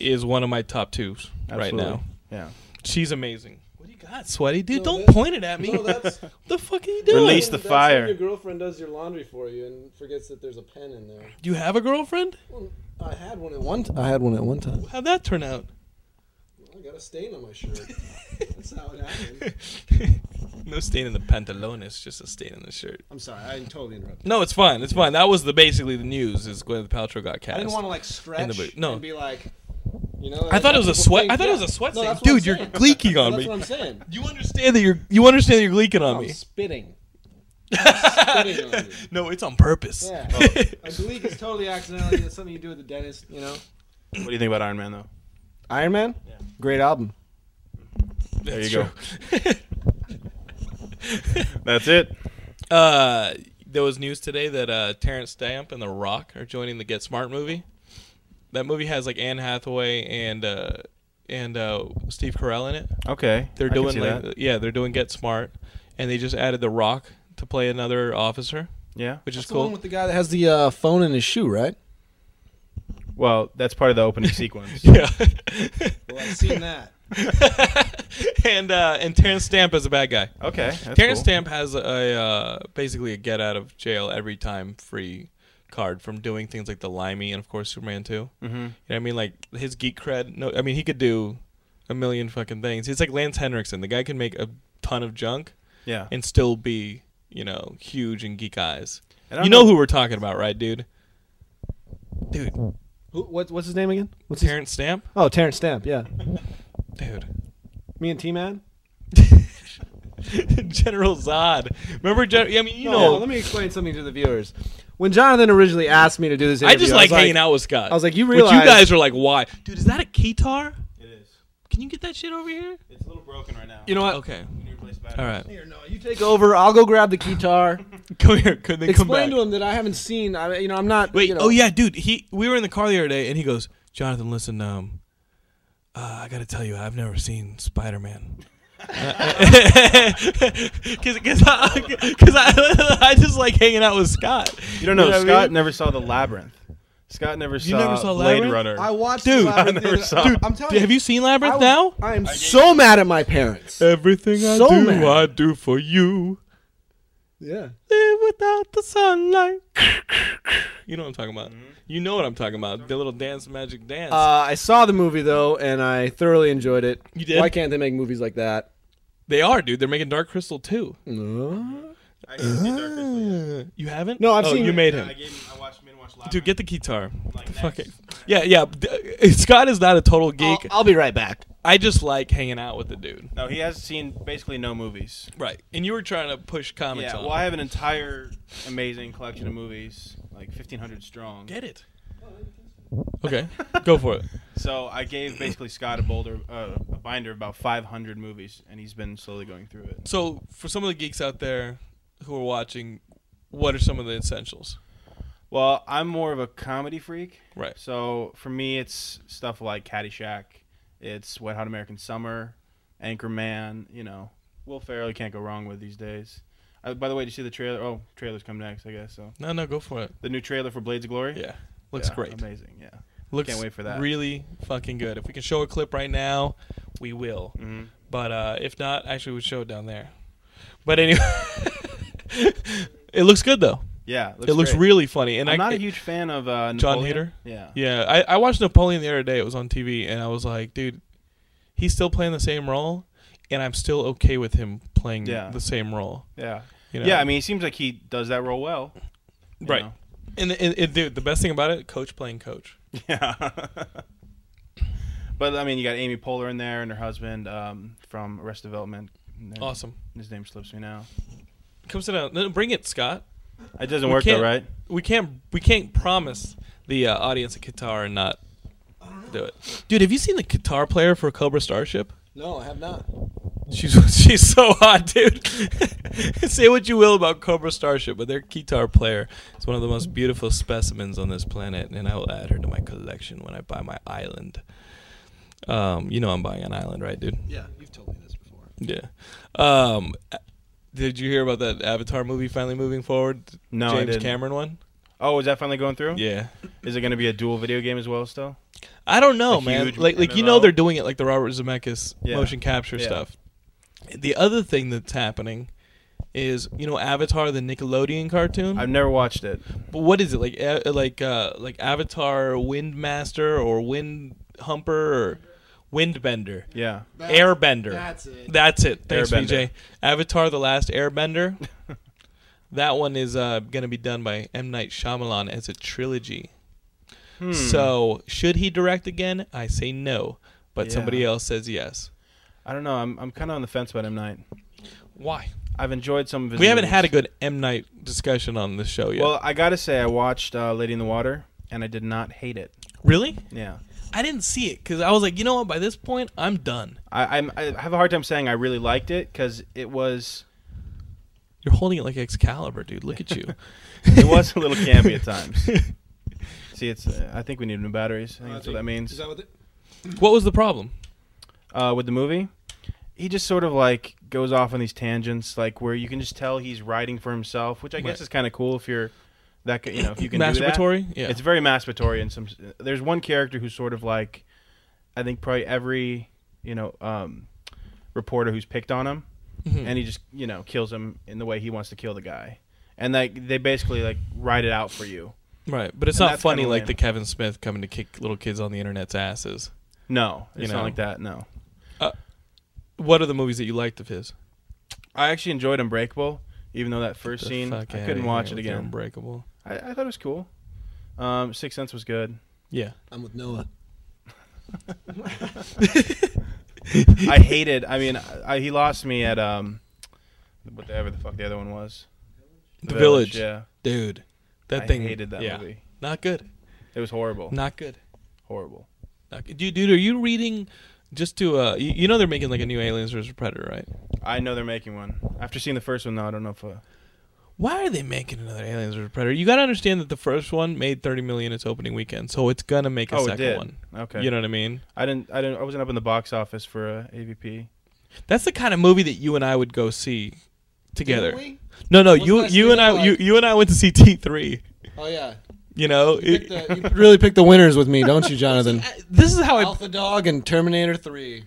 Speaker 1: is one of my top twos
Speaker 3: Absolutely.
Speaker 1: right now.
Speaker 3: Yeah.
Speaker 1: She's amazing. What do you got, sweaty dude?
Speaker 2: No,
Speaker 1: don't
Speaker 2: that-
Speaker 1: point it at me.
Speaker 2: no, that's-
Speaker 1: what the fuck are you doing?
Speaker 3: Release the
Speaker 2: That's when
Speaker 3: fire.
Speaker 2: Your girlfriend does your laundry for you and forgets that there's a pen in there.
Speaker 1: You have a girlfriend?
Speaker 2: Well, I had one at one. T- I had one at one time.
Speaker 1: How'd that turn out?
Speaker 2: I got a stain on my shirt. That's how it happened.
Speaker 1: no stain in the pantalones, just a stain in the shirt.
Speaker 2: I'm sorry. I totally interrupted.
Speaker 1: No, it's fine. It's fine. That was the basically the news is Gwyneth Paltrow got cast.
Speaker 2: I didn't want to like
Speaker 1: In
Speaker 2: stretch
Speaker 1: the boot. No.
Speaker 2: and be like, you know.
Speaker 1: I thought it was a
Speaker 2: people
Speaker 1: sweat-
Speaker 2: think-
Speaker 1: I thought it
Speaker 2: yeah.
Speaker 1: was a sweat
Speaker 2: No,
Speaker 1: stain.
Speaker 2: that's what I'm
Speaker 1: Dude, you're
Speaker 2: saying.
Speaker 1: gleeking on
Speaker 2: That's
Speaker 1: me.
Speaker 2: what I'm saying.
Speaker 1: you understand that you're you understand you're leaking on
Speaker 2: I'm
Speaker 1: me.
Speaker 2: spitting. I'm spitting on you.
Speaker 1: No, it's on purpose.
Speaker 2: Yeah. Oh, A gleek is totally accidental. It's something you do with the dentist, you know.
Speaker 3: What do you think about Iron Man though?
Speaker 2: Iron Man, great album.
Speaker 1: there
Speaker 3: you go. That's it.
Speaker 1: go. uh, there was news today that uh, Terrence Stamp and The Rock are joining the Get Smart movie. That movie has like Anne Hathaway and uh, and uh, Steve Carell in it.
Speaker 3: Okay.
Speaker 1: They're
Speaker 3: I can
Speaker 1: doing
Speaker 3: see
Speaker 1: like
Speaker 3: that.
Speaker 1: yeah, they're doing Get Smart, and they just added The Rock to play another officer,
Speaker 3: Yeah.
Speaker 1: which
Speaker 2: That's
Speaker 1: is
Speaker 2: the one
Speaker 1: cool.
Speaker 2: with the guy that has the uh, phone in his shoe, right?
Speaker 3: Well, that's part of the opening sequence.
Speaker 1: yeah.
Speaker 2: Well, I've seen that.
Speaker 1: and uh, and Terrence Stamp is a bad guy.
Speaker 3: Okay. That's
Speaker 1: Terrence
Speaker 3: cool.
Speaker 1: Stamp has a uh, basically a get out of jail every time free card from doing things like the Limey and of course Superman 2. You know
Speaker 3: Mhm.
Speaker 1: what I mean? Like his geek cred. No, I mean he could do a million fucking things. He's like Lance Henriksen. The guy can make a ton of junk
Speaker 3: Yeah.
Speaker 1: and still be you know huge in geek eyes.
Speaker 3: And I
Speaker 1: You
Speaker 3: don't
Speaker 1: know who we're talking about, right, dude? Dude,
Speaker 2: Who, what, what's his name again? What's his?
Speaker 1: Terrence Stamp,
Speaker 2: Oh, Terrence Stamp. Yeah,
Speaker 1: dude.
Speaker 2: me and T Man.
Speaker 1: General Zod. Remember, Gen- I mean, you
Speaker 2: No,
Speaker 1: know,
Speaker 2: let me explain something to the viewers. When Jonathan originally asked me to do this,
Speaker 1: I
Speaker 2: interview,
Speaker 1: just like,
Speaker 2: was
Speaker 1: hanging out with Scott.
Speaker 2: I was like, you
Speaker 1: But
Speaker 2: realize-
Speaker 1: you guys are like, why, dude? Is that a keytar?
Speaker 3: It is.
Speaker 1: Can you get that shit over here?
Speaker 3: It's a little broken right now.
Speaker 2: You know what?
Speaker 1: Okay,
Speaker 3: We need to replace the battery.
Speaker 1: all right.
Speaker 2: Here, no, you take over. I'll go grab the guitar.
Speaker 1: Come here. Could they come back?
Speaker 2: Explain to him that I haven't seen. I, you know, I'm not.
Speaker 1: Wait.
Speaker 2: you know-
Speaker 1: Oh yeah, dude. He. We were in the car the other day, and he goes, Jonathan, listen. Um, uh, I got to tell you, I've never seen Spider Man. Because I, 'cause I, I just like hanging out with Scott.
Speaker 3: You don't know.
Speaker 1: what I
Speaker 3: Scott
Speaker 1: mean?
Speaker 3: never saw the labyrinth. Scott never saw,
Speaker 1: never saw
Speaker 3: Blade
Speaker 1: Labyrinth?
Speaker 3: Runner.
Speaker 2: I watched
Speaker 1: Dude,
Speaker 2: the
Speaker 1: I
Speaker 2: Labyrinth
Speaker 3: never
Speaker 2: the-
Speaker 3: saw it.
Speaker 2: I'm telling
Speaker 1: Have you seen Labyrinth
Speaker 2: I was-
Speaker 1: now?
Speaker 2: I am so mad at my parents.
Speaker 1: Everything
Speaker 2: So mad.
Speaker 1: do for you.
Speaker 2: Yeah.
Speaker 1: Live without the sunlight. You know what I'm talking about.
Speaker 3: Mm-hmm.
Speaker 1: You know what I'm talking about. The little dance, magic dance.
Speaker 2: Uh, I saw the movie though, and I thoroughly enjoyed it.
Speaker 1: You did?
Speaker 2: Why can't they make movies like that?
Speaker 1: they are, dude. They're making Dark Crystal too.
Speaker 2: No.
Speaker 3: I gave him Dark Crystal, yeah.
Speaker 1: You haven't?
Speaker 2: No, I've
Speaker 1: oh,
Speaker 2: seen
Speaker 1: You
Speaker 2: it.
Speaker 1: made
Speaker 3: Yeah,
Speaker 1: him.
Speaker 3: I gave him. I watched made him watch Labyrinth.
Speaker 1: Dude, get the guitar.
Speaker 3: Like
Speaker 1: the
Speaker 3: next.
Speaker 1: fuck it. Yeah, yeah. d- uh, Scott is not a total
Speaker 2: I'll,
Speaker 1: geek.
Speaker 2: I'll be right back.
Speaker 1: I just like hanging out with the dude.
Speaker 3: No, he has seen basically no movies.
Speaker 1: Right. And you were trying to push comics
Speaker 3: Yeah,
Speaker 1: on.
Speaker 3: well, I have an entire amazing collection of movies, like 1,500 strong.
Speaker 1: Get it. Okay. Go for it.
Speaker 3: So I gave basically Scott a boulder, uh, a binder of about 500 movies, and he's been slowly going through it.
Speaker 1: So, for some of the geeks out there who are watching, what are some of the essentials?
Speaker 3: Well, I'm more of a comedy freak.
Speaker 1: Right.
Speaker 3: So for me, it's stuff like Caddyshack, it's Wet Hot American Summer, Anchorman. You know, Will Ferrell you can't go wrong with these days. Uh, by the way, did you see the trailer? Oh, trailers come next, I guess. So
Speaker 1: No, no, go for it.
Speaker 3: the new trailer for Blades of Glory.
Speaker 1: Yeah. Looks
Speaker 3: Yeah,
Speaker 1: great.
Speaker 3: Amazing. Yeah.
Speaker 1: Looks
Speaker 3: Can't wait for that.
Speaker 1: Really fucking good. If we can show a clip right now, we will.
Speaker 3: hmm
Speaker 1: But uh, if not, actually, we'd show it down there. But anyway, it looks good though.
Speaker 3: Yeah. Looks
Speaker 1: it looks
Speaker 3: great.
Speaker 1: really funny. And
Speaker 3: I'm
Speaker 1: I,
Speaker 3: not a huge fan of uh,
Speaker 1: John
Speaker 3: Napoleon.
Speaker 1: Heder?
Speaker 3: Yeah.
Speaker 1: Yeah, I, I watched Napoleon the other day. It was on TV, and I was like, dude, he's still playing the same role, and I'm still okay with him playing
Speaker 3: Yeah.
Speaker 1: the same role.
Speaker 3: Yeah.
Speaker 1: You know?
Speaker 3: Yeah. I mean, it seems like he does that role well. you
Speaker 1: Right.
Speaker 3: know?
Speaker 1: And, and, and dude, the best thing about it, coach playing coach.
Speaker 3: Yeah. but I mean, you got Amy Poehler in there and her husband um, from Arrested Development. And then-
Speaker 1: Awesome.
Speaker 3: His name slips me now.
Speaker 1: Come sit down. No, bring it, Scott.
Speaker 3: It doesn't
Speaker 1: We
Speaker 3: work though,
Speaker 1: can't-
Speaker 3: right?
Speaker 1: We can't we can't promise the uh, audience a guitar and not do it. Dude, have you seen the guitar player for Cobra Starship?
Speaker 2: No, I have not.
Speaker 1: She's she's so hot, dude. Say what you will about Cobra Starship, but their guitar player is one of the most beautiful specimens on this planet, and I will add her to my collection when I buy my island. Um, you know I'm buying an island, right, dude?
Speaker 2: Yeah, you've told me this before.
Speaker 1: Yeah. Um, did you hear about that Avatar movie finally moving forward?
Speaker 3: No, I
Speaker 1: James
Speaker 3: didn't.
Speaker 1: Cameron one.
Speaker 3: Oh, is that finally going through?
Speaker 1: Yeah.
Speaker 3: Is it going to be a dual video game as well still?
Speaker 1: I don't know,
Speaker 3: A
Speaker 1: man.
Speaker 3: huge
Speaker 1: Like, like you know,
Speaker 3: MMO.
Speaker 1: they're doing it like the Robert Zemeckis
Speaker 3: Yeah.
Speaker 1: motion capture
Speaker 3: Yeah.
Speaker 1: stuff. The other thing that's happening is you know Avatar, the Nickelodeon cartoon.
Speaker 3: I've never watched it.
Speaker 1: but what is it like? A- like, uh, like Avatar Windmaster or Wind Humper or Windbender,
Speaker 3: Yeah.
Speaker 1: Airbender.
Speaker 2: That's it.
Speaker 1: That's it. Thanks,
Speaker 3: Airbender.
Speaker 1: BJ. Avatar: The Last Airbender. that one is uh, going to be done by M. Night Shyamalan as a trilogy.
Speaker 3: Hmm.
Speaker 1: So should he direct again? I say no, but
Speaker 3: Yeah.
Speaker 1: somebody else says yes.
Speaker 3: I don't know. I'm I'm kind of on the fence about M Night.
Speaker 1: Why?
Speaker 3: I've enjoyed some of his.
Speaker 1: We haven't had a
Speaker 3: movies.
Speaker 1: good M Night discussion on this show yet.
Speaker 3: Well, I gotta say, I watched uh, Lady in the Water, and I did not hate it.
Speaker 1: really?
Speaker 3: Yeah.
Speaker 1: I didn't see it because I was like, you know what? By this point, I'm done.
Speaker 3: I, I'm, I have a hard time saying I really liked it because it was
Speaker 1: You're holding it like Excalibur, dude. Look at you.
Speaker 3: it was a little campy at times. See, it's uh, I think we need new batteries. I think that's what that means.
Speaker 2: what the-
Speaker 1: what was the problem?
Speaker 3: uh, with the movie. He just sort of like goes off on these tangents, like where you can just tell he's writing for himself, which I guess
Speaker 1: Right.
Speaker 3: is kind of cool if you're that ki- you know if you can Do
Speaker 1: Masturbatory?
Speaker 3: that.
Speaker 1: Yeah.
Speaker 3: It's very masturbatory in some. s- There's one character who's sort of like, I think probably every you know um, reporter who's picked on him,
Speaker 1: Mhm.
Speaker 3: Mm-hmm. and he just you know kills him in the way he wants to kill the guy, and like they basically like write it out for you.
Speaker 1: right, but it's
Speaker 3: and
Speaker 1: not
Speaker 3: that's
Speaker 1: funny
Speaker 3: kinda
Speaker 1: like
Speaker 3: lame.
Speaker 1: the Kevin Smith coming to kick little kids on the internet's asses.
Speaker 3: No, it's
Speaker 1: You know.
Speaker 3: not like that. No,
Speaker 1: What are the movies that you liked of his?
Speaker 3: I actually enjoyed Unbreakable, even though that first scene I couldn't watch it again.
Speaker 1: Unbreakable.
Speaker 3: I, I thought it was cool. Um, Sixth Sense was good.
Speaker 1: Yeah.
Speaker 2: I'm with Noah.
Speaker 3: I hated. I mean, I, he lost me at um, whatever the fuck the other one was.
Speaker 1: The Village.
Speaker 3: Yeah,
Speaker 1: Dude, that
Speaker 3: I
Speaker 1: thing
Speaker 3: hated that
Speaker 1: yeah.
Speaker 3: movie.
Speaker 1: Not good.
Speaker 3: It was horrible.
Speaker 1: Not good.
Speaker 3: Horrible.
Speaker 1: Not good. Dude, dude, are you reading just to uh you, you know they're making like a new Aliens vs Predator, right?
Speaker 3: I know they're making one. After seeing the first one, though, I don't know if. Uh,
Speaker 1: why are they making another Aliens vs Predator? You got to understand that the first one made 30 million its opening weekend, so it's gonna make a
Speaker 3: Oh, it
Speaker 1: second
Speaker 3: did.
Speaker 1: one.
Speaker 3: Okay.
Speaker 1: You know what I mean?
Speaker 3: I didn't. I didn't. I wasn't up in the box office for uh, AVP.
Speaker 1: That's the kind of movie that you and I would go see together.
Speaker 2: Didn't
Speaker 1: No, no,
Speaker 2: What's
Speaker 1: you
Speaker 2: last
Speaker 1: you
Speaker 2: thing
Speaker 1: and I
Speaker 2: about-
Speaker 1: you, you and I went to see T3.
Speaker 2: we? Oh yeah.
Speaker 1: You know,
Speaker 2: You,
Speaker 1: It-
Speaker 2: pick the, you really pick the winners with me, don't you, Jonathan?
Speaker 1: this is how I.
Speaker 2: Alpha Dog and Terminator Three.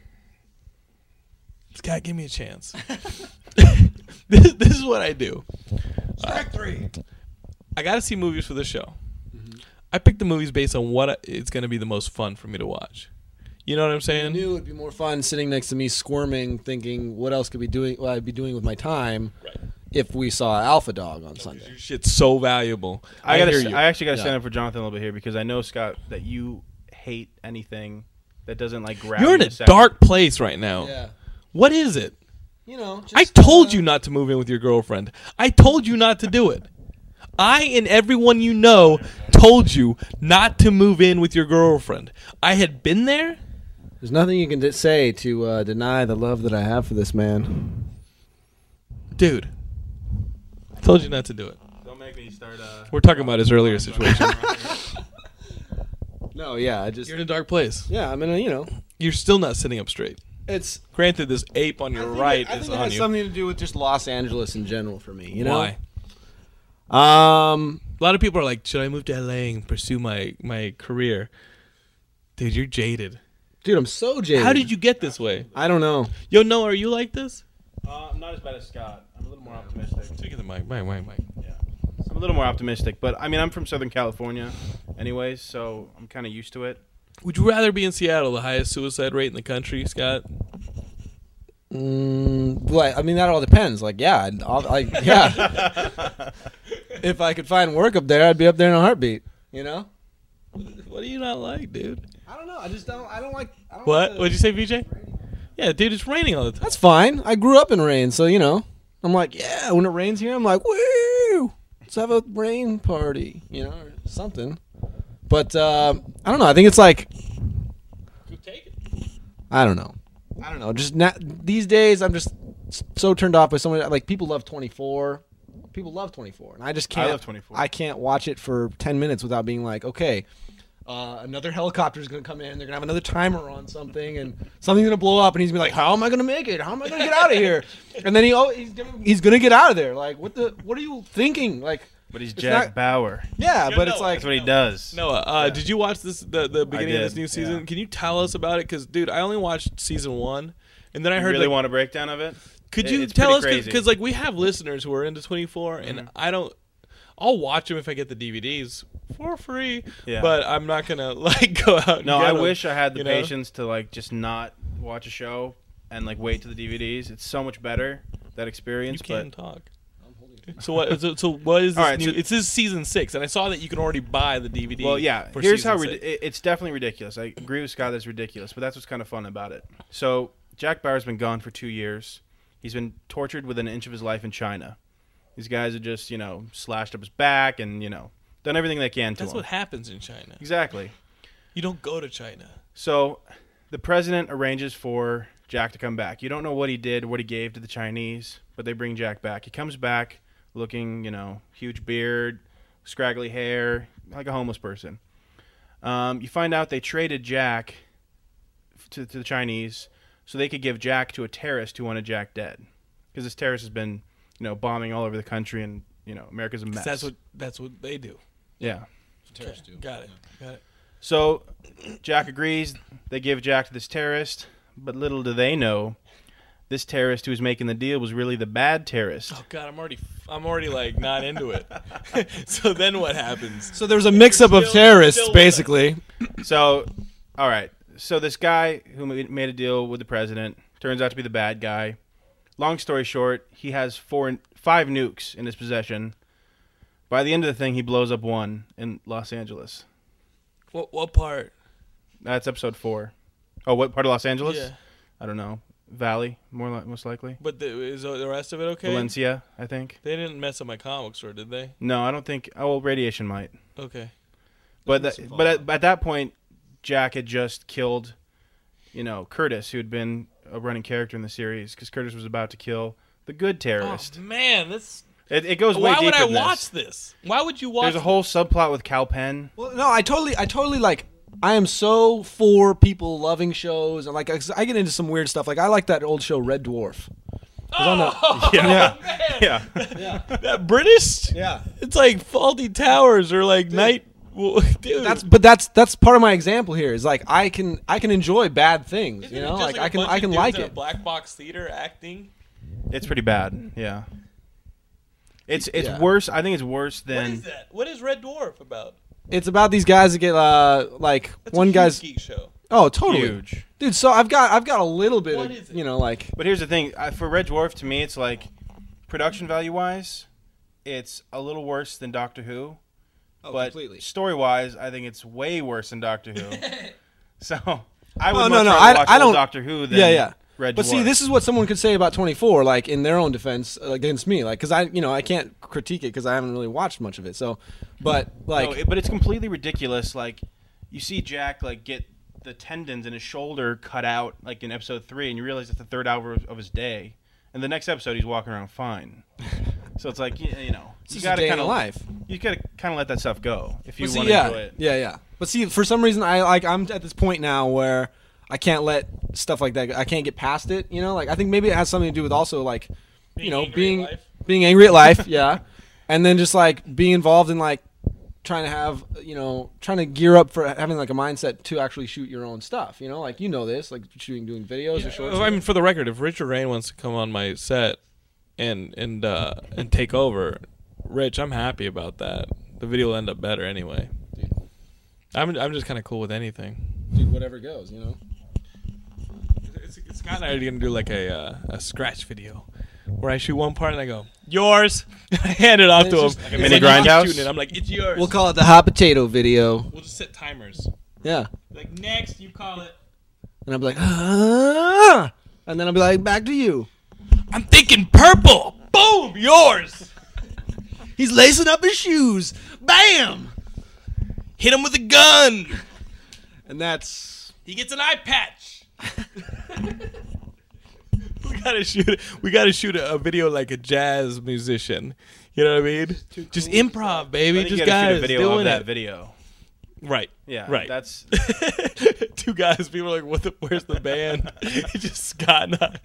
Speaker 1: Scott, give me a chance. this, this is what I do.
Speaker 2: Strike Three.
Speaker 1: I got to see movies for the show. I pick the movies based on what I, it's going to be the most fun for me to watch. You know what I'm
Speaker 2: I
Speaker 1: saying?
Speaker 2: knew it'd be more fun sitting next to me, squirming, thinking, "What else could be doing? What I'd be doing with my time
Speaker 1: Right.
Speaker 2: if we saw Alpha Dog on Sunday."
Speaker 1: Your shit's so valuable.
Speaker 3: I,
Speaker 1: hear
Speaker 3: gotta.
Speaker 1: you.
Speaker 3: I actually gotta
Speaker 2: Yeah.
Speaker 3: stand up for Jonathan a little bit here because I know Scott that you hate anything that doesn't like grab.
Speaker 1: You're in
Speaker 3: you
Speaker 1: a
Speaker 3: second.
Speaker 1: dark place right now. What is it?
Speaker 2: you know. uh,
Speaker 1: I told you not to move in with your girlfriend. I told you not to do it. I and everyone you know told you not to move in with your girlfriend. I had been there.
Speaker 2: There's nothing you can d- say to uh, deny the love that I have for this man.
Speaker 1: Dude, I told you not to do it.
Speaker 3: Don't make me start. Uh,
Speaker 1: We're talking about his earlier situation.
Speaker 2: No, yeah, I just
Speaker 1: You're in a dark place.
Speaker 2: yeah. I mean, uh, you know,
Speaker 1: You're still not sitting up straight.
Speaker 2: it's
Speaker 1: Granted, this ape on your right
Speaker 2: I think
Speaker 1: is
Speaker 2: it
Speaker 1: on
Speaker 2: has
Speaker 1: you.
Speaker 2: something to do with just Los Angeles in general for me. You know
Speaker 1: Why?
Speaker 2: Um,
Speaker 1: A lot of people are like, should I move to LA and pursue my my career? Dude, you're jaded.
Speaker 2: dude, I'm so jaded.
Speaker 1: How did you get this way?
Speaker 2: I don't know.
Speaker 1: Yo, no, are you like this?
Speaker 3: Uh, I'm not as bad as Scott. I'm a little more optimistic.
Speaker 1: Speak of the mic, mic, mic, mic.
Speaker 3: Yeah. I'm a little more optimistic, but I mean, I'm from Southern California, anyways, so I'm kind of used to it.
Speaker 1: Would you rather be in Seattle, the highest suicide rate in the country, Scott?
Speaker 2: Mm, well, I mean, that all depends. Like, yeah, I'd- I'll, I, yeah. if I could find work up there, I'd be up there in a heartbeat. You know.
Speaker 1: What do you not like, dude?
Speaker 2: I don't know. I just don't. I don't like. I don't
Speaker 1: What? What'd you say, VJ? Yeah, dude, it's raining all the time.
Speaker 2: That's fine. I grew up in rain, so you know. I'm like, yeah. When it rains here, I'm like, woo. Let's have a rain party, you know, or something. But uh, I don't know. I think it's like
Speaker 1: Take it.
Speaker 2: I don't know. I don't know. Just not, these days, I'm just s- so turned off by so many. Like people love 24. People love 24, and I just
Speaker 3: I
Speaker 2: can't.
Speaker 3: love 24.
Speaker 2: I can't watch it for 10 minutes without being like, okay, uh, another helicopter is gonna come in. They're gonna have another timer on something, and something's gonna blow up, and he's gonna be like, how am I gonna make it? How am I gonna get out of here? And then he oh, he's gonna he's gonna get out of there. Like what the what are you thinking? Like
Speaker 3: But he's
Speaker 2: It's
Speaker 3: Jack
Speaker 2: not-
Speaker 3: Bauer.
Speaker 2: yeah,
Speaker 1: Yeah,
Speaker 2: but
Speaker 1: no,
Speaker 2: it's like
Speaker 3: That's what he does.
Speaker 1: Noah, uh, did you watch this the, the beginning of this
Speaker 3: did,
Speaker 1: new season?
Speaker 3: yeah.
Speaker 1: Can you tell us about it? Because, dude, I only watched season one, and then I
Speaker 3: I
Speaker 1: heard
Speaker 3: really
Speaker 1: like,
Speaker 3: want a breakdown of it.
Speaker 1: Could
Speaker 3: It-
Speaker 1: you
Speaker 3: it's
Speaker 1: tell us
Speaker 3: pretty crazy. Mm-hmm.
Speaker 1: because like we have listeners who are into 24 and I don't I'll watch them if I get the DVDs for free.
Speaker 3: Yeah.
Speaker 1: But I'm not gonna like go out. and
Speaker 3: No,
Speaker 1: get
Speaker 3: I
Speaker 1: 'em,
Speaker 3: wish I had the
Speaker 1: you know?
Speaker 3: patience to like just not watch a show and like wait to the DVDs. It's so much better that
Speaker 1: You
Speaker 3: experience.
Speaker 1: can talk. So what? So, so what is this?
Speaker 3: All right,
Speaker 1: new,
Speaker 3: so-
Speaker 1: it's this season six, and I saw that you can already buy the DVD.
Speaker 3: Well, yeah.
Speaker 1: for
Speaker 3: Here's
Speaker 1: season
Speaker 3: how
Speaker 1: six.
Speaker 3: rid- it- it's definitely ridiculous. I agree with Scott. That's ridiculous, but that's what's kind of fun about it. So Jack Bauer's been gone for two years. He's been tortured within an inch of his life in China. These guys have just you know slashed up his back and you know done everything they can to
Speaker 1: that's
Speaker 3: him.
Speaker 1: what happens in China.
Speaker 3: exactly.
Speaker 1: You don't go to China.
Speaker 3: So the president arranges for Jack to come back. You don't know what he did, what he gave to the Chinese, but they bring Jack back. He comes back looking, you know, huge beard, scraggly hair, like a homeless person. Um, you find out they traded Jack f- to, to the Chinese so they could give Jack to a terrorist who wanted Jack dead. Because this terrorist has been, you know, bombing all over the country and, you know, America's a
Speaker 1: 'Cause
Speaker 3: mess.
Speaker 1: That's what that's what they do.
Speaker 3: Yeah.
Speaker 1: Got it. Got it.
Speaker 3: So Jack agrees. They give Jack to this terrorist, but little do they know, this terrorist who was making the deal was really the bad terrorist.
Speaker 1: Oh God, I'm already I'm already like not into it. so then what happens?
Speaker 2: so there was a mix-up of
Speaker 1: Still-
Speaker 2: terrorists,
Speaker 1: still with us.
Speaker 2: basically.
Speaker 3: So, all right. So this guy who ma- made a deal with the president turns out to be the bad guy. Long story short, he has four, five nukes in his possession. By the end of the thing, he blows up one in Los Angeles.
Speaker 1: What what part?
Speaker 3: That's episode four. Oh, what part of Los Angeles?
Speaker 1: Yeah.
Speaker 3: I don't know. Valley, more li- most likely.
Speaker 1: But the, is the rest of it okay?
Speaker 3: Valencia, I think.
Speaker 1: They didn't mess up my comic store, did they?
Speaker 3: No, I don't think. Oh, well, radiation might.
Speaker 1: Okay.
Speaker 3: But
Speaker 1: That's
Speaker 3: that,
Speaker 1: some
Speaker 3: but at, at that point, Jack had just killed, you know, Curtis, who had been a running character in the series, because Curtis was about to kill the good terrorist.
Speaker 1: Oh man, that's
Speaker 3: It, it goes way
Speaker 1: Why would
Speaker 3: deeper
Speaker 1: I
Speaker 3: than this.
Speaker 1: watch this? Why would you watch?
Speaker 3: There's a whole subplot with Cal Penn.
Speaker 2: Well, no, I totally, I totally like. I am so for people loving shows and like 'cause I get into some weird stuff. Like I like that old show Red Dwarf.
Speaker 1: Oh,
Speaker 3: Yeah.
Speaker 1: man.
Speaker 3: Yeah.
Speaker 1: That British?
Speaker 2: Yeah.
Speaker 1: It's like faulty towers or like night. Well, dude,
Speaker 2: That's but that's that's part of my example here. Is like I can I can enjoy bad things.
Speaker 1: Isn't
Speaker 2: you
Speaker 1: it
Speaker 2: know,
Speaker 1: just
Speaker 2: like,
Speaker 1: a
Speaker 2: I can
Speaker 1: bunch
Speaker 2: I
Speaker 1: of
Speaker 2: can
Speaker 1: dudes
Speaker 2: like
Speaker 1: in a
Speaker 2: it.
Speaker 1: black box theater acting.
Speaker 3: It's pretty bad. Yeah. It's it's
Speaker 2: Yeah.
Speaker 3: worse. I think it's worse
Speaker 1: What
Speaker 3: than
Speaker 1: is that? What is Red Dwarf about?
Speaker 2: It's about these guys that get uh like
Speaker 1: That's a
Speaker 2: one
Speaker 1: huge
Speaker 2: guy's
Speaker 1: geek show.
Speaker 2: oh totally
Speaker 3: huge.
Speaker 2: dude. So I've got I've got a little bit
Speaker 1: What is
Speaker 2: of
Speaker 1: it?
Speaker 2: you know like
Speaker 3: But here's the thing: I, for Red Dwarf, to me, it's like production value wise, it's a little worse than Doctor Who.
Speaker 2: Oh,
Speaker 1: Oh,
Speaker 3: but story wise, I think it's way worse than Doctor Who. so I would
Speaker 2: Oh, no,
Speaker 3: much
Speaker 2: no,
Speaker 3: rather
Speaker 2: I-
Speaker 3: watch
Speaker 2: I
Speaker 3: old
Speaker 2: don't-
Speaker 3: Doctor Who than
Speaker 2: Yeah, yeah.
Speaker 3: Red
Speaker 2: But
Speaker 3: Dwarf.
Speaker 2: see, this is what someone could say about 24, like in their own defense uh, against me, like because I, you know, I can't critique it because I haven't really watched much of it. So, but like,
Speaker 3: No, it- but it's completely ridiculous. Like you see Jack like get the tendons in his shoulder cut out like in episode three, and you realize it's the third hour of- of his day, and the next episode he's walking around fine. so it's like you, you know
Speaker 2: it's
Speaker 3: you
Speaker 2: just
Speaker 3: gotta
Speaker 2: a day in
Speaker 3: kind
Speaker 2: the
Speaker 3: of
Speaker 2: life.
Speaker 3: You gotta kind of let that stuff go if you
Speaker 2: But see,
Speaker 3: want to
Speaker 2: yeah,
Speaker 3: enjoy it.
Speaker 2: yeah, yeah. But see, for some reason, I like I'm at this point now where I can't let stuff like that. I can't get past it. You know, like I think maybe it has something to do with also like,
Speaker 1: Being
Speaker 2: you know,
Speaker 1: angry at
Speaker 2: being
Speaker 1: life.
Speaker 2: being angry at life. yeah, and then just like being involved in like trying to have you know trying to gear up for having like a mindset to actually shoot your own stuff. You know, like you know this, like shooting, doing videos or shorts.
Speaker 1: I mean, for the record, if Richard Rain wants to come on my set and and uh, and take over, Rich, I'm happy about that. The video will end up better anyway.
Speaker 2: Dude.
Speaker 1: I'm I'm just kind of cool with anything.
Speaker 2: dude, whatever goes. You know.
Speaker 1: It's, it's kind of gonna do like a uh, a scratch video where I shoot one part and I go yours, I hand it off
Speaker 2: It's
Speaker 1: to him.
Speaker 2: just like a
Speaker 1: It's
Speaker 3: mini
Speaker 1: he's just
Speaker 3: Grindhouse?
Speaker 1: shooting it. I'm like it's yours.
Speaker 2: We'll call it the hot potato video.
Speaker 1: We'll just set timers.
Speaker 2: Yeah.
Speaker 1: Like next, you call it.
Speaker 2: And I'll be like, ah! and then I'll be like, back to you.
Speaker 1: I'm thinking purple. Boom, yours.
Speaker 2: He's lacing up his shoes. Bam!
Speaker 1: Hit him with a gun.
Speaker 2: And that's
Speaker 1: He gets an eye patch. we gotta shoot. We gotta shoot a, a video like a jazz musician. You know what I mean? Just improv,
Speaker 3: I
Speaker 1: baby.
Speaker 3: think you
Speaker 1: Just
Speaker 3: gotta
Speaker 1: guys
Speaker 3: shoot a video
Speaker 1: doing
Speaker 3: of that
Speaker 1: it.
Speaker 3: video.
Speaker 1: Right.
Speaker 3: Yeah,
Speaker 1: Right.
Speaker 3: That's
Speaker 1: Two guys. People are like, "What? The, where's the band?" It's just Scott and I.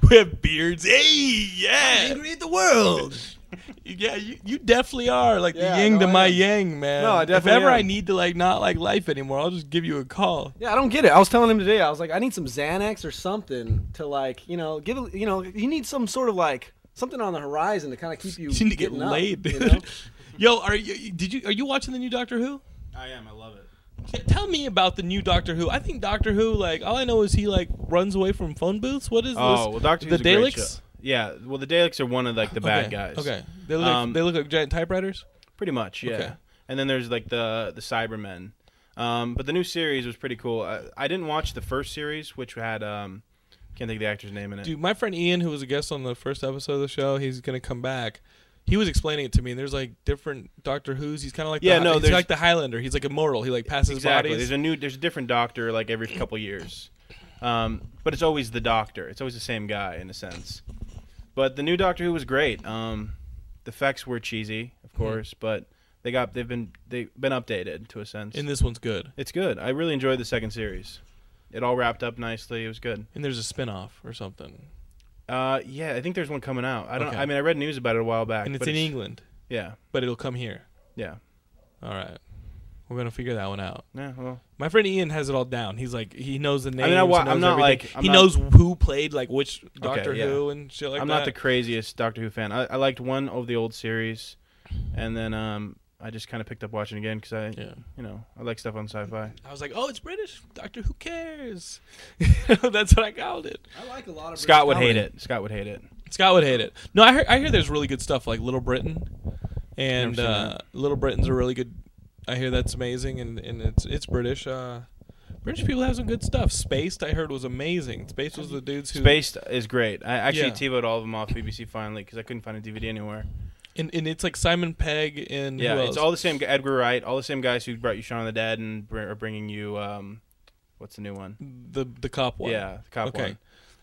Speaker 1: We have beards. Hey, yeah,
Speaker 2: at the world.
Speaker 1: yeah. You, you definitely are like
Speaker 2: Yeah,
Speaker 1: the yin
Speaker 2: no,
Speaker 1: to
Speaker 2: I
Speaker 1: my
Speaker 2: am.
Speaker 1: yang, man.
Speaker 2: No, I definitely
Speaker 1: If ever
Speaker 2: am.
Speaker 1: I need to like not like life anymore, I'll just give you a call.
Speaker 2: Yeah, I don't get it. I was telling him today. I was like, I need some Xanax or something to like, you know, give. a- You know, you need some sort of like something on the horizon to kind of keep you.
Speaker 1: You need to get
Speaker 2: getting up,
Speaker 1: laid,
Speaker 2: you
Speaker 1: dude.
Speaker 2: know?
Speaker 1: Yo, are you? Did you? Are you watching the new Doctor Who?
Speaker 3: I am. I love it.
Speaker 1: T- Tell me about the new Doctor Who. I think Doctor Who, like, all I know is he like runs away from phone booths. What is this?
Speaker 3: Oh well, Doctor
Speaker 1: the
Speaker 3: Who's a great
Speaker 1: Daleks.
Speaker 3: show. Yeah, well, the Daleks are one of like the bad
Speaker 1: okay.
Speaker 3: guys.
Speaker 1: Okay, they look like,
Speaker 3: Um,
Speaker 1: they look like giant typewriters.
Speaker 3: pretty much. Yeah,
Speaker 1: Okay.
Speaker 3: and then there's like the the Cybermen. Um, but the new series was pretty cool. I, I didn't watch the first series, which had um, can't think of the actor's name in it.
Speaker 1: Dude, my friend Ian, who was a guest on the first episode of the show, he's gonna come back. He was explaining it to me. And there's like different Doctor Who's. He's kind of like
Speaker 3: Yeah,
Speaker 1: the,
Speaker 3: no,
Speaker 1: He's
Speaker 3: there's-
Speaker 1: like the Highlander. He's like immortal. He like passes
Speaker 3: exactly.
Speaker 1: bodies.
Speaker 3: There's a new, there's a different Doctor like every couple years, um, but it's always the Doctor. It's always the same guy in a sense. But the new Doctor Who was great. Um, the effects were cheesy, of
Speaker 1: Mm-hmm.
Speaker 3: course, but they got they've been they've been updated to a sense.
Speaker 1: and this one's good.
Speaker 3: It's good. I really enjoyed the second series. It all wrapped up nicely. It was good.
Speaker 1: And there's a spin off or something.
Speaker 3: Uh, yeah, I think there's one coming out. I don't.
Speaker 1: Okay.
Speaker 3: I mean, I read news about it a while back.
Speaker 1: And it's
Speaker 3: but
Speaker 1: in England,
Speaker 3: Yeah,
Speaker 1: but it'll come here.
Speaker 3: yeah,
Speaker 1: All right. We're gonna figure that one out.
Speaker 3: yeah. Well,
Speaker 1: My friend Ian has it all down. He's like he knows the names.
Speaker 3: mean, I wa-
Speaker 1: knows
Speaker 3: I'm not,
Speaker 1: everything.
Speaker 3: like- I'm
Speaker 1: he
Speaker 3: not-
Speaker 1: knows who played like which Doctor
Speaker 3: yeah.
Speaker 1: Who and shit like
Speaker 3: I'm
Speaker 1: that.
Speaker 3: not the craziest Doctor Who fan. I, I liked one of the old series, and then um, I just kind of picked up watching again because I,
Speaker 1: Yeah.
Speaker 3: you know, I like stuff on sci-fi.
Speaker 1: I was like, oh, it's British Doctor. Who cares? That's what I called it.
Speaker 2: I like a lot of
Speaker 3: Scott would hate it. Scott would hate it.
Speaker 1: Scott would hate it. No, I hear, I hear there's really good stuff like Little Britain, and
Speaker 3: Never seen
Speaker 1: uh, Little Britain's a really good. I hear that's amazing, and, and it's it's British. Uh, British people have some good stuff. Spaced, I heard, was amazing. Spaced was the dudes who
Speaker 3: Spaced is great. I actually
Speaker 1: Yeah.
Speaker 3: TiVoed all of them off BBC finally because I couldn't find a DVD anywhere.
Speaker 1: and, and it's like Simon Pegg and
Speaker 3: Yeah,
Speaker 1: who
Speaker 3: it's
Speaker 1: else?
Speaker 3: all the same. gu- Edgar Wright, all the same guys who brought you Shaun of the Dead and br- are bringing you um, what's the new one?
Speaker 1: the the cop one.
Speaker 3: Yeah, the cop
Speaker 1: Okay.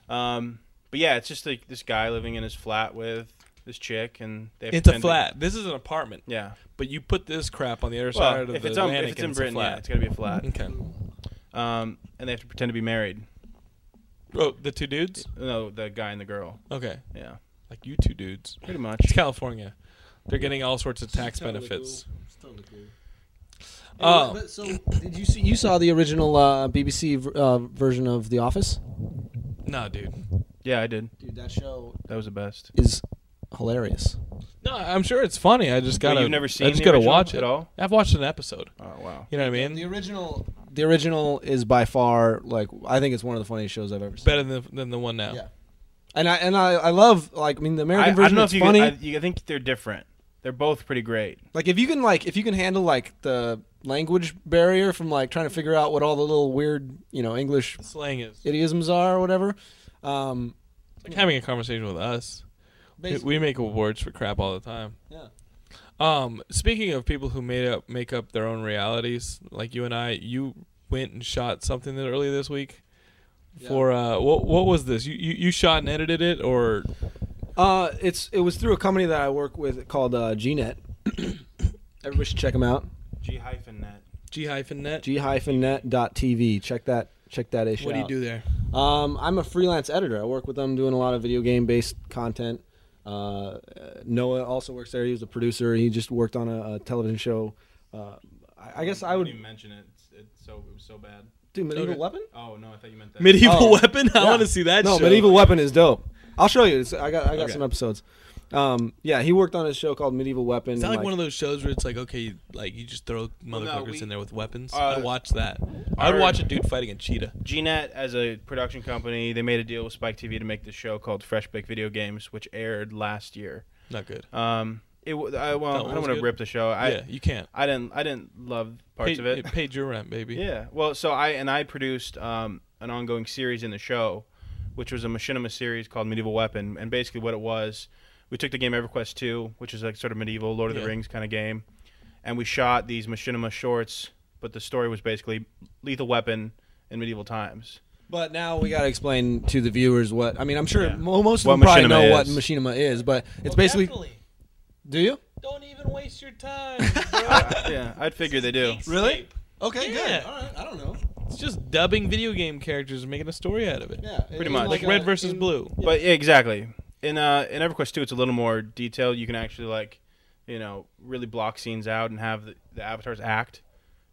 Speaker 3: one. Um, but yeah, it's just like this guy living in his flat with this chick, and they
Speaker 1: It's a
Speaker 3: pretend to-
Speaker 1: flat. This is an apartment,
Speaker 3: yeah.
Speaker 1: but you put this crap on the other side
Speaker 3: Well,
Speaker 1: of
Speaker 3: if
Speaker 1: the
Speaker 3: it's, on,
Speaker 1: Atlantic
Speaker 3: if it's in
Speaker 1: and
Speaker 3: Britain, yeah,
Speaker 1: it's
Speaker 3: it's
Speaker 1: a
Speaker 3: got to be a flat.
Speaker 1: flat. Okay.
Speaker 3: Um, and they have to pretend to be married.
Speaker 1: Oh, the two dudes.
Speaker 3: No, the guy and the girl.
Speaker 1: Okay,
Speaker 3: Yeah,
Speaker 1: like you two dudes.
Speaker 3: pretty
Speaker 1: It's
Speaker 3: much.
Speaker 1: California. They're getting all sorts of tax benefits.
Speaker 2: It's totally cool.
Speaker 3: Uh,
Speaker 1: Oh.
Speaker 2: Anyway, but so did you see? You saw the original uh, BBC v- uh, version of The Office?
Speaker 1: No, dude.
Speaker 3: Yeah, I did.
Speaker 2: Dude, that show
Speaker 3: That was the best.
Speaker 2: is hilarious.
Speaker 1: No, I'm sure it's funny. I just gotta.
Speaker 3: you've never seen
Speaker 1: I just
Speaker 3: the
Speaker 1: gotta
Speaker 3: original
Speaker 1: watch it
Speaker 3: at all?
Speaker 1: I've watched an episode.
Speaker 3: Oh wow.
Speaker 1: You know what I
Speaker 2: And the
Speaker 1: mean?
Speaker 2: original, the original is by far like I think it's one of the funniest shows I've ever seen.
Speaker 1: Better than than the one now.
Speaker 2: Yeah. And I and I, I love like I mean the American
Speaker 3: I, I
Speaker 2: version
Speaker 3: don't know
Speaker 2: it's
Speaker 3: if you.
Speaker 2: funny.
Speaker 3: Can, I, you- I think they're different. They're both pretty great.
Speaker 2: like if you can like if you can handle like the language barrier from like trying to figure out what all the little weird you know English
Speaker 1: Slang is
Speaker 2: idioms are or whatever. Um,
Speaker 1: it's like having a conversation with us.
Speaker 2: basically,
Speaker 1: We make awards for crap all the time.
Speaker 2: yeah.
Speaker 1: Um, speaking of people who made up make up their own realities, like you and I, you went and shot something that earlier this week.
Speaker 2: Yeah.
Speaker 1: For uh, what what was this? You, you you shot and edited it, or
Speaker 2: Uh, it's it was through a company that I work with called uh, GNet. Everybody should check them out.
Speaker 3: G hyphen net.
Speaker 1: G hyphen net?
Speaker 2: G-net.tv. Check that check that issue.
Speaker 1: What do you
Speaker 2: out.
Speaker 1: do there?
Speaker 2: Um, I'm a freelance editor. I work with them doing a lot of video game based content. Uh, Noah also works there. He was a producer. He just worked on a, a television show. Uh, I, I guess I would
Speaker 3: mention it. It's, it's so it was so bad.
Speaker 2: do medieval
Speaker 1: Okay.
Speaker 2: weapon.
Speaker 3: Oh no, I thought you meant that.
Speaker 1: Medieval
Speaker 2: Oh.
Speaker 1: weapon? I
Speaker 2: Yeah.
Speaker 1: want to see that.
Speaker 2: No,
Speaker 1: show.
Speaker 2: medieval weapon is dope. I'll show you. It's, I got I got
Speaker 1: Okay.
Speaker 2: some episodes. Um, yeah, he worked on a show called Medieval Weapon.
Speaker 1: Is that
Speaker 2: and,
Speaker 1: like, one of those shows where it's like, okay, you- like you just throw motherfuckers
Speaker 3: we-
Speaker 1: in there with weapons?
Speaker 3: uh,
Speaker 1: I'd watch that. I'd
Speaker 3: our-
Speaker 1: watch a dude fighting a cheetah.
Speaker 3: GNet, as a production company, they made a deal with Spike TV to make this show called Fresh Baked Video Games, which aired last year.
Speaker 1: Not good.
Speaker 3: Um, it wa- I,
Speaker 1: That
Speaker 3: well, I
Speaker 1: one's
Speaker 3: don't want to
Speaker 1: good.
Speaker 3: rip the show. I
Speaker 1: yeah, you can't.
Speaker 3: I didn't I didn't love parts
Speaker 1: Paid-
Speaker 3: of it.
Speaker 1: it paid your rent, baby.
Speaker 3: Yeah. Well, so I and I produced um, an ongoing series in the show, which was a machinima series called Medieval Weapon, and basically what it was, we took the game EverQuest Two, which is like sort of medieval Lord of
Speaker 1: Yeah.
Speaker 3: the Rings kind of game, and we shot these machinima shorts, but the story was basically Lethal Weapon in medieval times.
Speaker 2: But now we gotta explain to the viewers what I mean. I'm sure
Speaker 3: Yeah.
Speaker 2: mo- most of
Speaker 3: What
Speaker 2: them probably
Speaker 3: machinima
Speaker 2: know what
Speaker 3: is.
Speaker 2: machinima is, but it's basically. Do you?
Speaker 1: Don't even waste your time.
Speaker 3: yeah, I'd figure they do.
Speaker 2: Really? Okay,
Speaker 1: Yeah.
Speaker 2: All right. I don't know.
Speaker 1: It's just dubbing video game characters and making a story out of it.
Speaker 2: Yeah, uh, pretty
Speaker 3: much.
Speaker 1: Like Red versus Blue.
Speaker 3: But yeah, exactly. In uh, in EverQuest Two, it's a little more detailed. You can actually like, you know, really block scenes out and have the, the avatars act,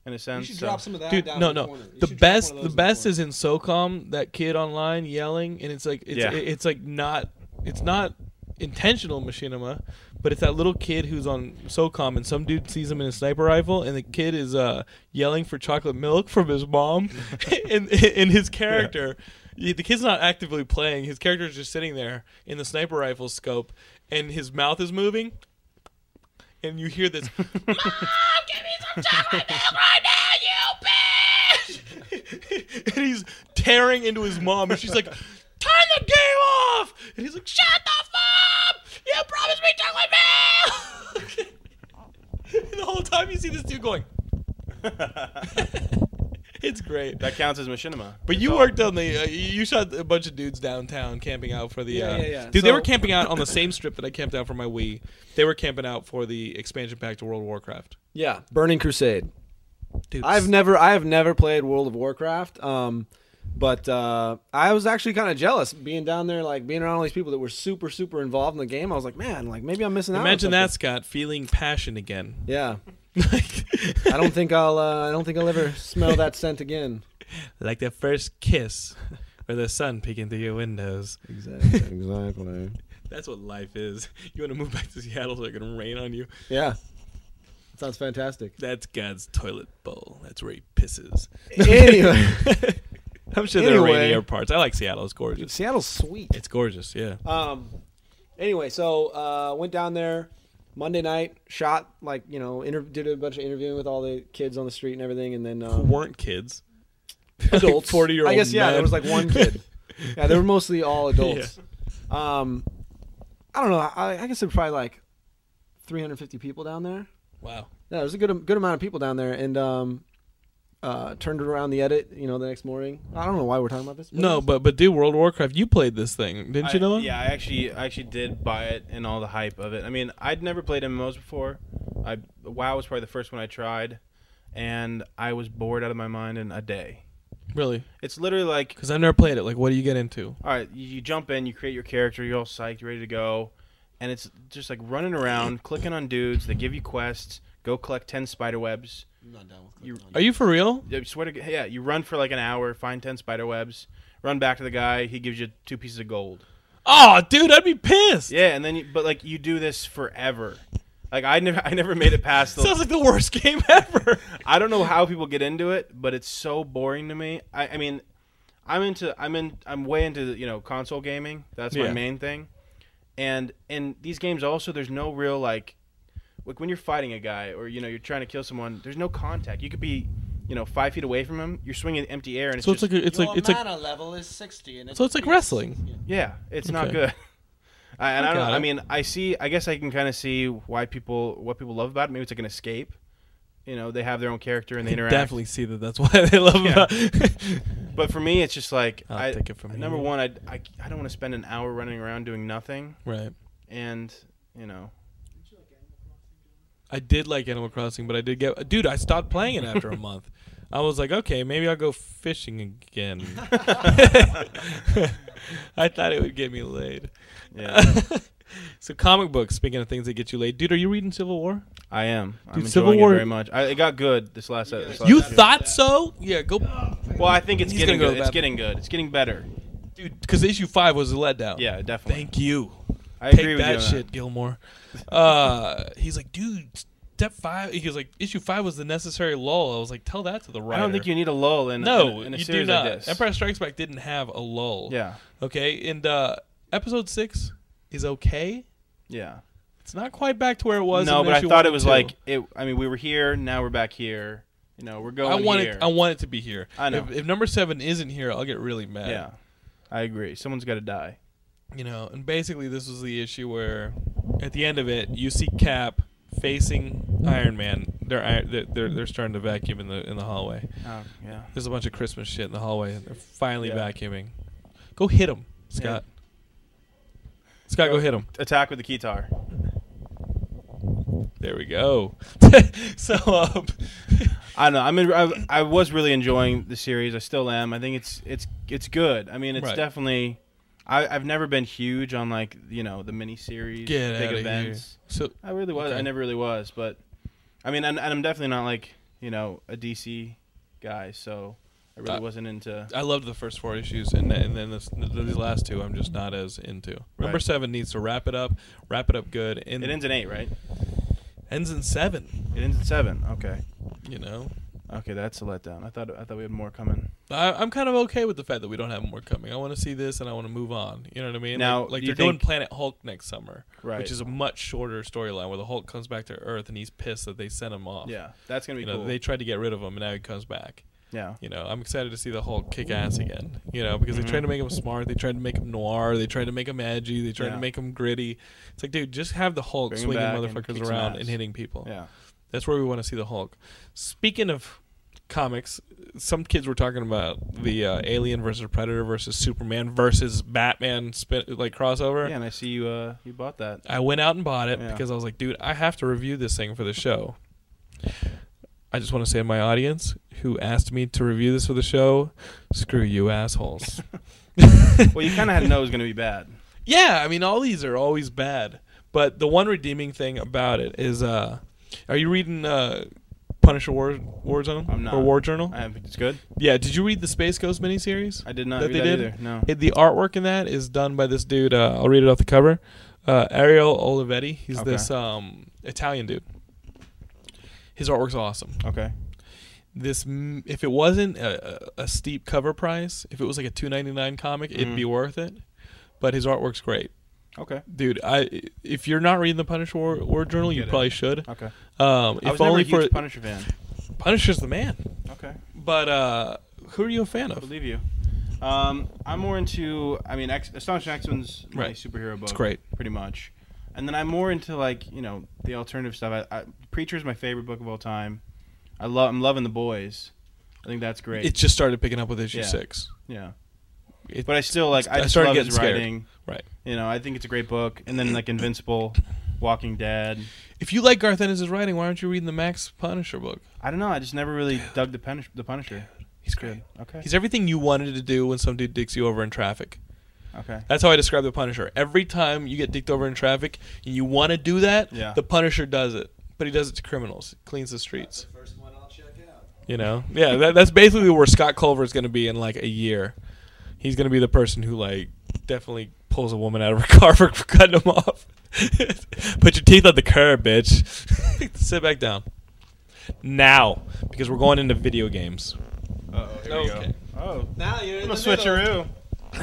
Speaker 3: in a sense. so-
Speaker 2: of that.
Speaker 1: Dude, no, no. The best, the best is in SOCOM. That kid online yelling, and it's like, it's,
Speaker 3: Yeah.
Speaker 1: it- it's like not, it's not intentional machinima, but it's that little kid who's on SOCOM, and some dude sees him in a sniper rifle, and the kid is uh, yelling for chocolate milk from his mom, and and his character, y- the kid's not actively playing. His character is just sitting there in the sniper rifle scope, and his mouth is moving, and you hear this. Mom, give me some chocolate milk right now, you bitch! and he's tearing into his mom, and she's like, "Turn the game off!" And he's like, "Shut the fuck up! You promised me chocolate milk!" and the whole time you see this dude going, "It's great."
Speaker 3: That counts as machinima.
Speaker 1: But
Speaker 3: It's
Speaker 1: you
Speaker 3: all-
Speaker 1: worked on the. Uh, you shot a bunch of dudes downtown camping out for the.
Speaker 2: Yeah,
Speaker 1: uh,
Speaker 2: yeah, yeah.
Speaker 1: Dude, they
Speaker 2: So-
Speaker 1: were camping out on the same strip that I camped out for my Wii. They were camping out for the expansion pack to World of Warcraft.
Speaker 2: yeah, Burning Crusade.
Speaker 1: Dude,
Speaker 2: I've never, I have never played World of Warcraft. Um, but uh, I was actually kind of jealous being down there, like being around all these people that were super, super involved in the game. I was like, man, like maybe I'm missing out. on
Speaker 1: imagine that,
Speaker 2: something."
Speaker 1: Scott, feeling passion again.
Speaker 2: Yeah,
Speaker 1: Like-
Speaker 2: I don't think I'll, uh, I don't think I'll ever smell that scent again.
Speaker 1: like the first kiss, or the sun peeking through your windows.
Speaker 2: Exactly. Exactly.
Speaker 1: That's what life is. You want to move back to Seattle so it can rain on you.
Speaker 2: Yeah. Sounds fantastic.
Speaker 1: That's God's toilet bowl. That's where he pisses.
Speaker 2: Anyway,
Speaker 1: I'm sure there are
Speaker 2: Anyway.
Speaker 1: rainier parts. I like Seattle. It's gorgeous.
Speaker 2: Seattle's sweet.
Speaker 1: It's gorgeous. Yeah.
Speaker 2: Um. Anyway, so uh, went down there Monday night, shot like you know, inter- did a bunch of interviewing with all the kids on the street and everything, and then
Speaker 1: Who
Speaker 2: um,
Speaker 1: weren't kids.
Speaker 2: adults,
Speaker 1: forty year old.
Speaker 2: I guess yeah, there was like one kid. yeah, they were mostly all adults. Um, I don't know. I, I guess there were probably like 350 people down there.
Speaker 1: wow.
Speaker 2: Yeah, there's a good good amount of people down there, and um, uh, turned it around the edit, you know, the next morning. I don't know why we're talking about this.
Speaker 1: No, but but dude, World of Warcraft, you played this thing, didn't
Speaker 3: I-
Speaker 1: you, Dylan?
Speaker 3: Yeah, I actually I actually did buy it and all the hype of it. I mean, I'd never played MMOs before. I WoW was probably the first one I tried, and I was bored out of my mind in a day.
Speaker 1: Really?
Speaker 3: It's literally like
Speaker 1: Because I've never played it. Like, what do you get into?
Speaker 3: all right, you, you jump in, you create your character, you're all psyched, you're ready to go, and it's just like running around, clicking on dudes. They give you quests. Go collect ten spider webs.
Speaker 2: I'm not down with
Speaker 3: You-
Speaker 1: Are you for real?
Speaker 3: I swear to g- yeah, you run for like an hour, find ten spider webs, run back to the guy. He gives you two pieces of gold.
Speaker 1: Oh, dude, I'd be pissed.
Speaker 3: Yeah, and then you, but like you do this forever. Like I never I never made it past the
Speaker 1: Sounds like the worst game ever.
Speaker 3: I don't know how people get into it, but it's so boring to me. I, I mean, I'm into I'm in I'm way into you know console gaming. That's my
Speaker 1: Yeah.
Speaker 3: main thing. And in these games also there's no real like like when you're fighting a guy or you know you're trying to kill someone, there's no contact. You could be you know 5 feet away from him, you're swinging empty air and it's
Speaker 1: so it's
Speaker 3: just
Speaker 1: like a, it's like it's like
Speaker 2: level is sixty, and
Speaker 1: so it's like wrestling.
Speaker 3: yeah, it's not
Speaker 1: Okay.
Speaker 3: good. I, and
Speaker 1: I
Speaker 3: I, don't.
Speaker 1: got
Speaker 3: I
Speaker 1: it.
Speaker 3: mean, I see. I guess I can kind of see why people, what people love about it. Maybe it's like an escape. You know, they have their own character and they
Speaker 1: I can
Speaker 3: interact.
Speaker 1: definitely see that. That's why they love
Speaker 3: Yeah.
Speaker 1: about.
Speaker 3: But for me, it's just like
Speaker 1: I'll
Speaker 3: I,
Speaker 1: take it from
Speaker 3: number
Speaker 1: here.
Speaker 3: one, I, I, I don't want to spend an hour running around doing nothing,
Speaker 1: right.
Speaker 3: and you know,
Speaker 1: I did like Animal Crossing, but I did get dude. I stopped playing it after a month. I was like, okay, maybe I'll go fishing again. I thought it would get me laid.
Speaker 3: yeah,
Speaker 1: so comic books. Speaking of things that get you laid, dude, are you reading Civil War?
Speaker 3: I am. I'm
Speaker 1: Dude,
Speaker 3: enjoying
Speaker 1: Civil
Speaker 3: it
Speaker 1: War-
Speaker 3: very much. I, it got good this last. Uh, this last
Speaker 1: you
Speaker 3: year.
Speaker 1: thought so? Yeah, go,
Speaker 3: Well, I think it's
Speaker 1: He's
Speaker 3: getting
Speaker 1: gonna go
Speaker 3: good.
Speaker 1: to
Speaker 3: It's
Speaker 1: bed.
Speaker 3: getting good. It's getting better.
Speaker 1: dude. Because issue five was a letdown.
Speaker 3: Yeah, definitely.
Speaker 1: Thank you.
Speaker 3: I
Speaker 1: Take
Speaker 3: agree with
Speaker 1: that
Speaker 3: you. on
Speaker 1: shit, Gilmore. Uh, he's like, dude, step five. He was like, issue five was the necessary lull. I was like, tell that to the
Speaker 3: I
Speaker 1: writer.
Speaker 3: don't think you need a lull in in,
Speaker 1: No,
Speaker 3: a- in a
Speaker 1: you do
Speaker 3: series
Speaker 1: not.
Speaker 3: like this.
Speaker 1: Empire Strikes Back didn't have a lull.
Speaker 3: Yeah,
Speaker 1: Okay, and uh, episode six is okay.
Speaker 3: yeah.
Speaker 1: It's not quite back to where it was.
Speaker 3: No,
Speaker 1: in
Speaker 3: but I
Speaker 1: issue one
Speaker 3: thought it
Speaker 1: and
Speaker 3: was
Speaker 1: two.
Speaker 3: like it. I mean, we were here. Now we're back here. You know, we're going
Speaker 1: I want
Speaker 3: here.
Speaker 1: it. I want it to be here.
Speaker 3: I know.
Speaker 1: If, if number seven isn't here, I'll get really mad.
Speaker 3: yeah, I agree. Someone's got to die.
Speaker 1: you know, and basically this was the issue where, at the end of it, you see Cap facing Iron Man. They're ir- they're they're, they're starting to vacuum in the in the hallway.
Speaker 3: Oh, yeah.
Speaker 1: There's a bunch of Christmas shit in the hallway. and They're finally
Speaker 3: Yeah.
Speaker 1: vacuuming. Go hit him, Scott. Scott, go hit him.
Speaker 3: Attack with the guitar.
Speaker 1: There we go. so, um,
Speaker 3: I don't know. I mean, I, I was really enjoying the series. I still am. I think it's it's it's good. I mean, it's
Speaker 1: Right.
Speaker 3: definitely. I, I've never been huge on like you know the mini series,
Speaker 1: get out
Speaker 3: big
Speaker 1: of here.
Speaker 3: events.
Speaker 1: So,
Speaker 3: I really was. I
Speaker 1: Okay.
Speaker 3: never really was, but I mean, and, and I'm definitely not like you know a DC guy, so I really
Speaker 1: Uh,
Speaker 3: wasn't into.
Speaker 1: I loved the first four issues, and and then this, these last two, I'm just not as into. Number
Speaker 3: Right.
Speaker 1: seven needs to wrap it up, wrap it up good. And
Speaker 3: It ends at eight, right?
Speaker 1: ends in seven.
Speaker 3: It ends at seven. Okay.
Speaker 1: You know,
Speaker 3: Okay, that's a letdown. I thought I thought we had more coming.
Speaker 1: I, I'm kind of okay with the fact that we don't have more coming. I want to see this, and I want to move on. You know what I mean?
Speaker 3: Now,
Speaker 1: like, like
Speaker 3: do
Speaker 1: they're
Speaker 3: you
Speaker 1: doing
Speaker 3: think-
Speaker 1: Planet Hulk next summer,
Speaker 3: Right.
Speaker 1: Which is a much shorter storyline where the Hulk comes back to Earth and he's pissed that they sent him off.
Speaker 3: Yeah, that's gonna be
Speaker 1: you know,
Speaker 3: cool.
Speaker 1: they tried to get rid of him, and now he comes back.
Speaker 3: yeah,
Speaker 1: You know, I'm excited to see the Hulk kick ass again. You know, because
Speaker 3: Mhm.
Speaker 1: they tried to make him smart, they tried to make him noir, they tried to make him edgy, they tried
Speaker 3: Yeah.
Speaker 1: to make him gritty. It's like, dude, just have the Hulk
Speaker 3: Bring him
Speaker 1: swinging
Speaker 3: back and
Speaker 1: motherfuckers
Speaker 3: kick some
Speaker 1: around
Speaker 3: ass.
Speaker 1: and hitting people.
Speaker 3: yeah.
Speaker 1: That's where we want to see the Hulk. Speaking of comics, some kids were talking about the uh, Alien versus Predator versus Superman versus Batman spin, like crossover.
Speaker 3: Yeah, and I see you uh you bought that.
Speaker 1: I went out and bought it
Speaker 3: Yeah.
Speaker 1: because I was like, dude, I have to review this thing for the show. I just want to say to my audience who asked me to review this for the show, screw you assholes.
Speaker 3: Well, you kind of had to know it was gonna be bad.
Speaker 1: yeah, I mean all these are always bad, but the one redeeming thing about it is uh are you reading uh Punisher War Warzone
Speaker 3: I'm not.
Speaker 1: or War Journal?
Speaker 3: I, it's good.
Speaker 1: yeah, did you read the Space Ghost miniseries?
Speaker 3: I did not
Speaker 1: That
Speaker 3: read
Speaker 1: they
Speaker 3: that
Speaker 1: did?
Speaker 3: either. No.
Speaker 1: It- the artwork in that is done by this dude. Uh, I'll read it off the cover. Uh, Ariel Olivetti. He's
Speaker 3: Okay.
Speaker 1: this um, Italian dude. His artwork's awesome.
Speaker 3: okay.
Speaker 1: This, m- if it wasn't a, a a steep cover price, if it was like a two ninety nine comic, it'd
Speaker 3: Mhm.
Speaker 1: be worth it. But his artwork's great,
Speaker 3: Okay.
Speaker 1: dude. I if you're not reading the Punisher War, War Journal, you
Speaker 3: Get it.
Speaker 1: probably should.
Speaker 3: Okay.
Speaker 1: Um,
Speaker 3: I was
Speaker 1: if
Speaker 3: never
Speaker 1: only
Speaker 3: a huge
Speaker 1: for
Speaker 3: Punisher fan.
Speaker 1: Punisher's the man.
Speaker 3: Okay.
Speaker 1: But uh, who are you a fan
Speaker 3: I
Speaker 1: of?
Speaker 3: believe you. Um, I'm more into. I mean, X, Astonishing X-Men's my
Speaker 1: Right.
Speaker 3: superhero book.
Speaker 1: great.
Speaker 3: pretty much. And then I'm more into like you know the alternative stuff. I, I, Preacher is my favorite book of all time. I love. I'm loving the boys. I think that's great.
Speaker 1: It just started picking up with issue
Speaker 3: Yeah.
Speaker 1: six.
Speaker 3: yeah,
Speaker 1: It-
Speaker 3: but I still like. I,
Speaker 1: I
Speaker 3: just
Speaker 1: started
Speaker 3: love
Speaker 1: getting
Speaker 3: his
Speaker 1: scared.
Speaker 3: writing.
Speaker 1: Right.
Speaker 3: You know, I think it's a great book. And then like Invincible, Walking Dead.
Speaker 1: if you like Garth Ennis' writing, why aren't you reading the Max Punisher book?
Speaker 3: I don't know. I just never really dug the Punish the Punisher.
Speaker 1: He's great.
Speaker 3: Okay.
Speaker 1: He's everything you wanted to do when some dude dicks you over in traffic.
Speaker 3: okay.
Speaker 1: That's how I describe the Punisher. Every time you get dicked over in traffic and you want to do that,
Speaker 3: Yeah.
Speaker 1: the Punisher does it. But he does it to criminals. Cleans the streets.
Speaker 2: the first one I'll check out.
Speaker 1: You know? Yeah, that, that's basically where Scott Culver is going to be in like a year. He's going to be the person who like definitely pulls a woman out of her car for cutting him off. Put your teeth on the curb, bitch. Sit back down. Now, because we're going into video games.
Speaker 3: Uh oh. Here we
Speaker 1: Okay.
Speaker 3: go. Oh.
Speaker 2: Now you're in
Speaker 3: I'm a
Speaker 2: the middle.
Speaker 3: switcheroo.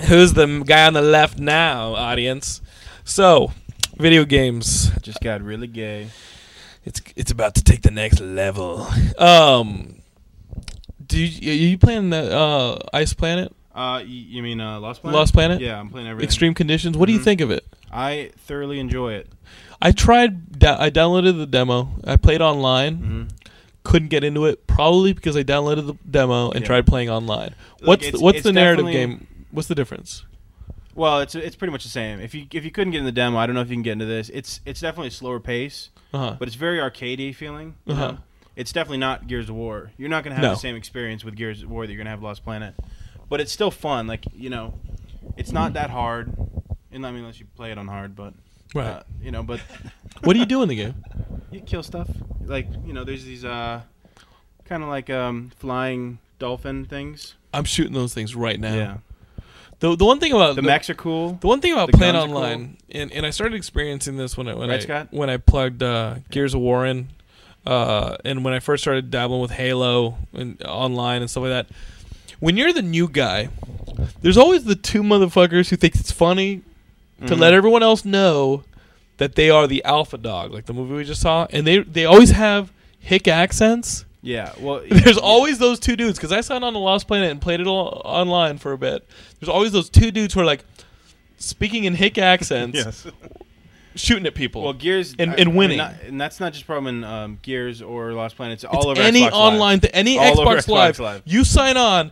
Speaker 1: Who's the m- guy on the left now, audience? So, video games.
Speaker 3: Just got really gay.
Speaker 1: It's it's about to take the next level. Um, do you, are you playing the uh, Ice Planet
Speaker 3: Uh, y- you mean uh, Lost Planet?
Speaker 1: Lost Planet?
Speaker 3: Yeah, I'm playing everything.
Speaker 1: Extreme Conditions? What do you
Speaker 3: Mhm.
Speaker 1: think of it?
Speaker 3: I thoroughly enjoy it.
Speaker 1: I tried. Da- I downloaded the demo. I played online.
Speaker 3: Mm-hmm.
Speaker 1: Couldn't get into it. Probably because I downloaded the demo and
Speaker 3: Yeah.
Speaker 1: tried playing online.
Speaker 3: Look,
Speaker 1: what's the,
Speaker 3: it's-
Speaker 1: what's
Speaker 3: it's
Speaker 1: the narrative
Speaker 3: definitely-
Speaker 1: game? What's the difference?
Speaker 3: Well, it's it's pretty much the same. If you if you couldn't get in the demo, I don't know if you can get into this. It's it's definitely a slower pace,
Speaker 1: Uh huh.
Speaker 3: but it's very arcadey feeling. you
Speaker 1: Uh-huh.
Speaker 3: know? It's definitely not Gears of War. You're not gonna have
Speaker 1: No.
Speaker 3: the same experience with Gears of War that you're gonna have Lost Planet, but it's still fun. Like you know, it's not that hard. And I mean, unless you play it on hard, but
Speaker 1: Right.
Speaker 3: uh, you know, but
Speaker 1: what do you do in the game?
Speaker 3: you kill stuff. Like you know, there's these uh, kind of like um, flying dolphin things.
Speaker 1: I'm shooting those things right now. The the one thing about
Speaker 3: the mechs are cool.
Speaker 1: The one thing about
Speaker 3: The
Speaker 1: playing
Speaker 3: guns are cool.
Speaker 1: online, and, and I started experiencing this when I when
Speaker 3: Right,
Speaker 1: I
Speaker 3: Scott?
Speaker 1: when I plugged uh, Gears of War in, uh, and when I first started dabbling with Halo and online and stuff like that. When you're the new guy, there's always the two motherfuckers who think it's funny to
Speaker 3: Mhm.
Speaker 1: let everyone else know that they are the alpha dog, like the movie we just saw, and they they always have hick accents.
Speaker 3: Yeah. Well,
Speaker 1: There's always those two dudes because I signed on to Lost Planet and played it all online for a bit. There's always those two dudes who are like speaking in hick accents,
Speaker 3: yes.
Speaker 1: shooting at people.
Speaker 3: Well, Gears
Speaker 1: And-
Speaker 3: I-
Speaker 1: and
Speaker 3: I mean,
Speaker 1: winning.
Speaker 3: not- and that's not just a problem in um, Gears or Lost Planet. It's
Speaker 1: It's
Speaker 3: all over
Speaker 1: any
Speaker 3: Xbox
Speaker 1: online, th- any
Speaker 3: All over
Speaker 1: Xbox,
Speaker 3: Xbox
Speaker 1: Live,
Speaker 3: Live.
Speaker 1: you sign on.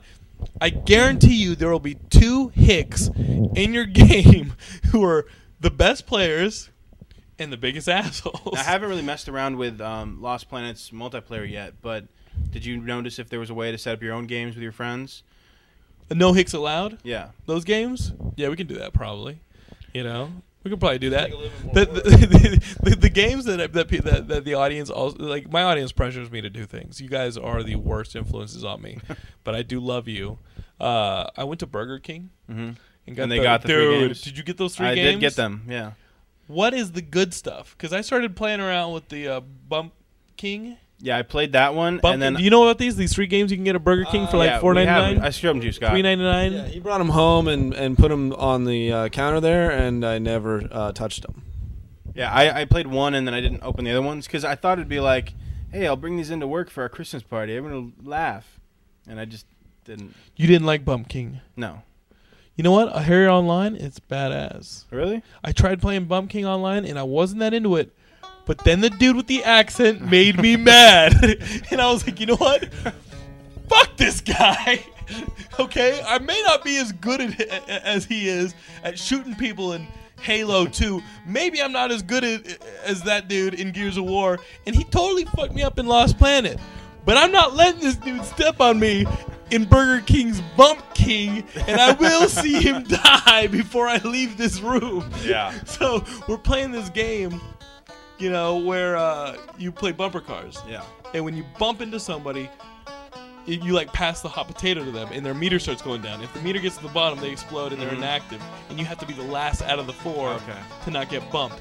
Speaker 1: I guarantee you there will be two hicks in your game who are the best players and the biggest assholes.
Speaker 3: Live. I haven't really messed around with um, Lost Planet's multiplayer yet, but did you notice if there was a way to set up your own games with your friends?
Speaker 1: no hicks allowed.
Speaker 3: Yeah.
Speaker 1: those games, yeah, we can do that probably. You know, we could probably do that.
Speaker 2: Take a little bit
Speaker 1: The,
Speaker 2: more
Speaker 1: the, the, the games that I- that, pe- that that the audience also like my audience pressures me to do things. You guys are the worst influences on me, but I do love you. Uh, I went to Burger King
Speaker 3: Mm-hmm.
Speaker 1: and got
Speaker 3: And they
Speaker 1: the,
Speaker 3: got the
Speaker 1: dude,
Speaker 3: three games.
Speaker 1: Did you get those three
Speaker 3: I
Speaker 1: games?
Speaker 3: did get them. Yeah.
Speaker 1: What is the good stuff? Because I started playing around with the uh, Bump King.
Speaker 3: Yeah, I played that one,
Speaker 1: Bump
Speaker 3: and then
Speaker 1: do you know about these? These three games you can get at Burger King for
Speaker 2: Uh,
Speaker 1: like
Speaker 3: yeah,
Speaker 1: four
Speaker 3: we
Speaker 1: ninety
Speaker 3: have it.
Speaker 1: nine,
Speaker 3: I showed them to you, Scott.
Speaker 1: three ninety
Speaker 2: Yeah,
Speaker 1: nine.
Speaker 2: he brought him home and, and put him on the uh, counter there, and I never uh, touched him.
Speaker 3: Yeah, I, I played one and then I didn't open the other ones because I thought it'd be like, hey, I'll bring these into work for our Christmas party. Everyone will laugh. And I just didn't.
Speaker 1: You didn't like Bump King.
Speaker 3: No.
Speaker 1: You know what? I hear it online. It's badass.
Speaker 3: Really?
Speaker 1: I tried playing Bum King online and I wasn't that into it. But then the dude with the accent made me mad. and I was like, you know what? Fuck this guy. okay? I may not be as good at, as he is at shooting people in Halo 2. Maybe I'm not as good at, as that dude in Gears of War. And he totally fucked me up in Lost Planet. But I'm not letting this dude step on me in Burger King's Bump King, and I will see him die before I leave this room.
Speaker 3: Yeah.
Speaker 1: So we're playing this game, you know, where uh, you play bumper cars,
Speaker 3: Yeah.
Speaker 1: and when you bump into somebody, y- you like pass the hot potato to them, and their meter starts going down. If the meter gets to the bottom, they explode and they're
Speaker 3: Mhm.
Speaker 1: inactive, and you have to be the last out of the four
Speaker 3: Okay.
Speaker 1: to not get bumped.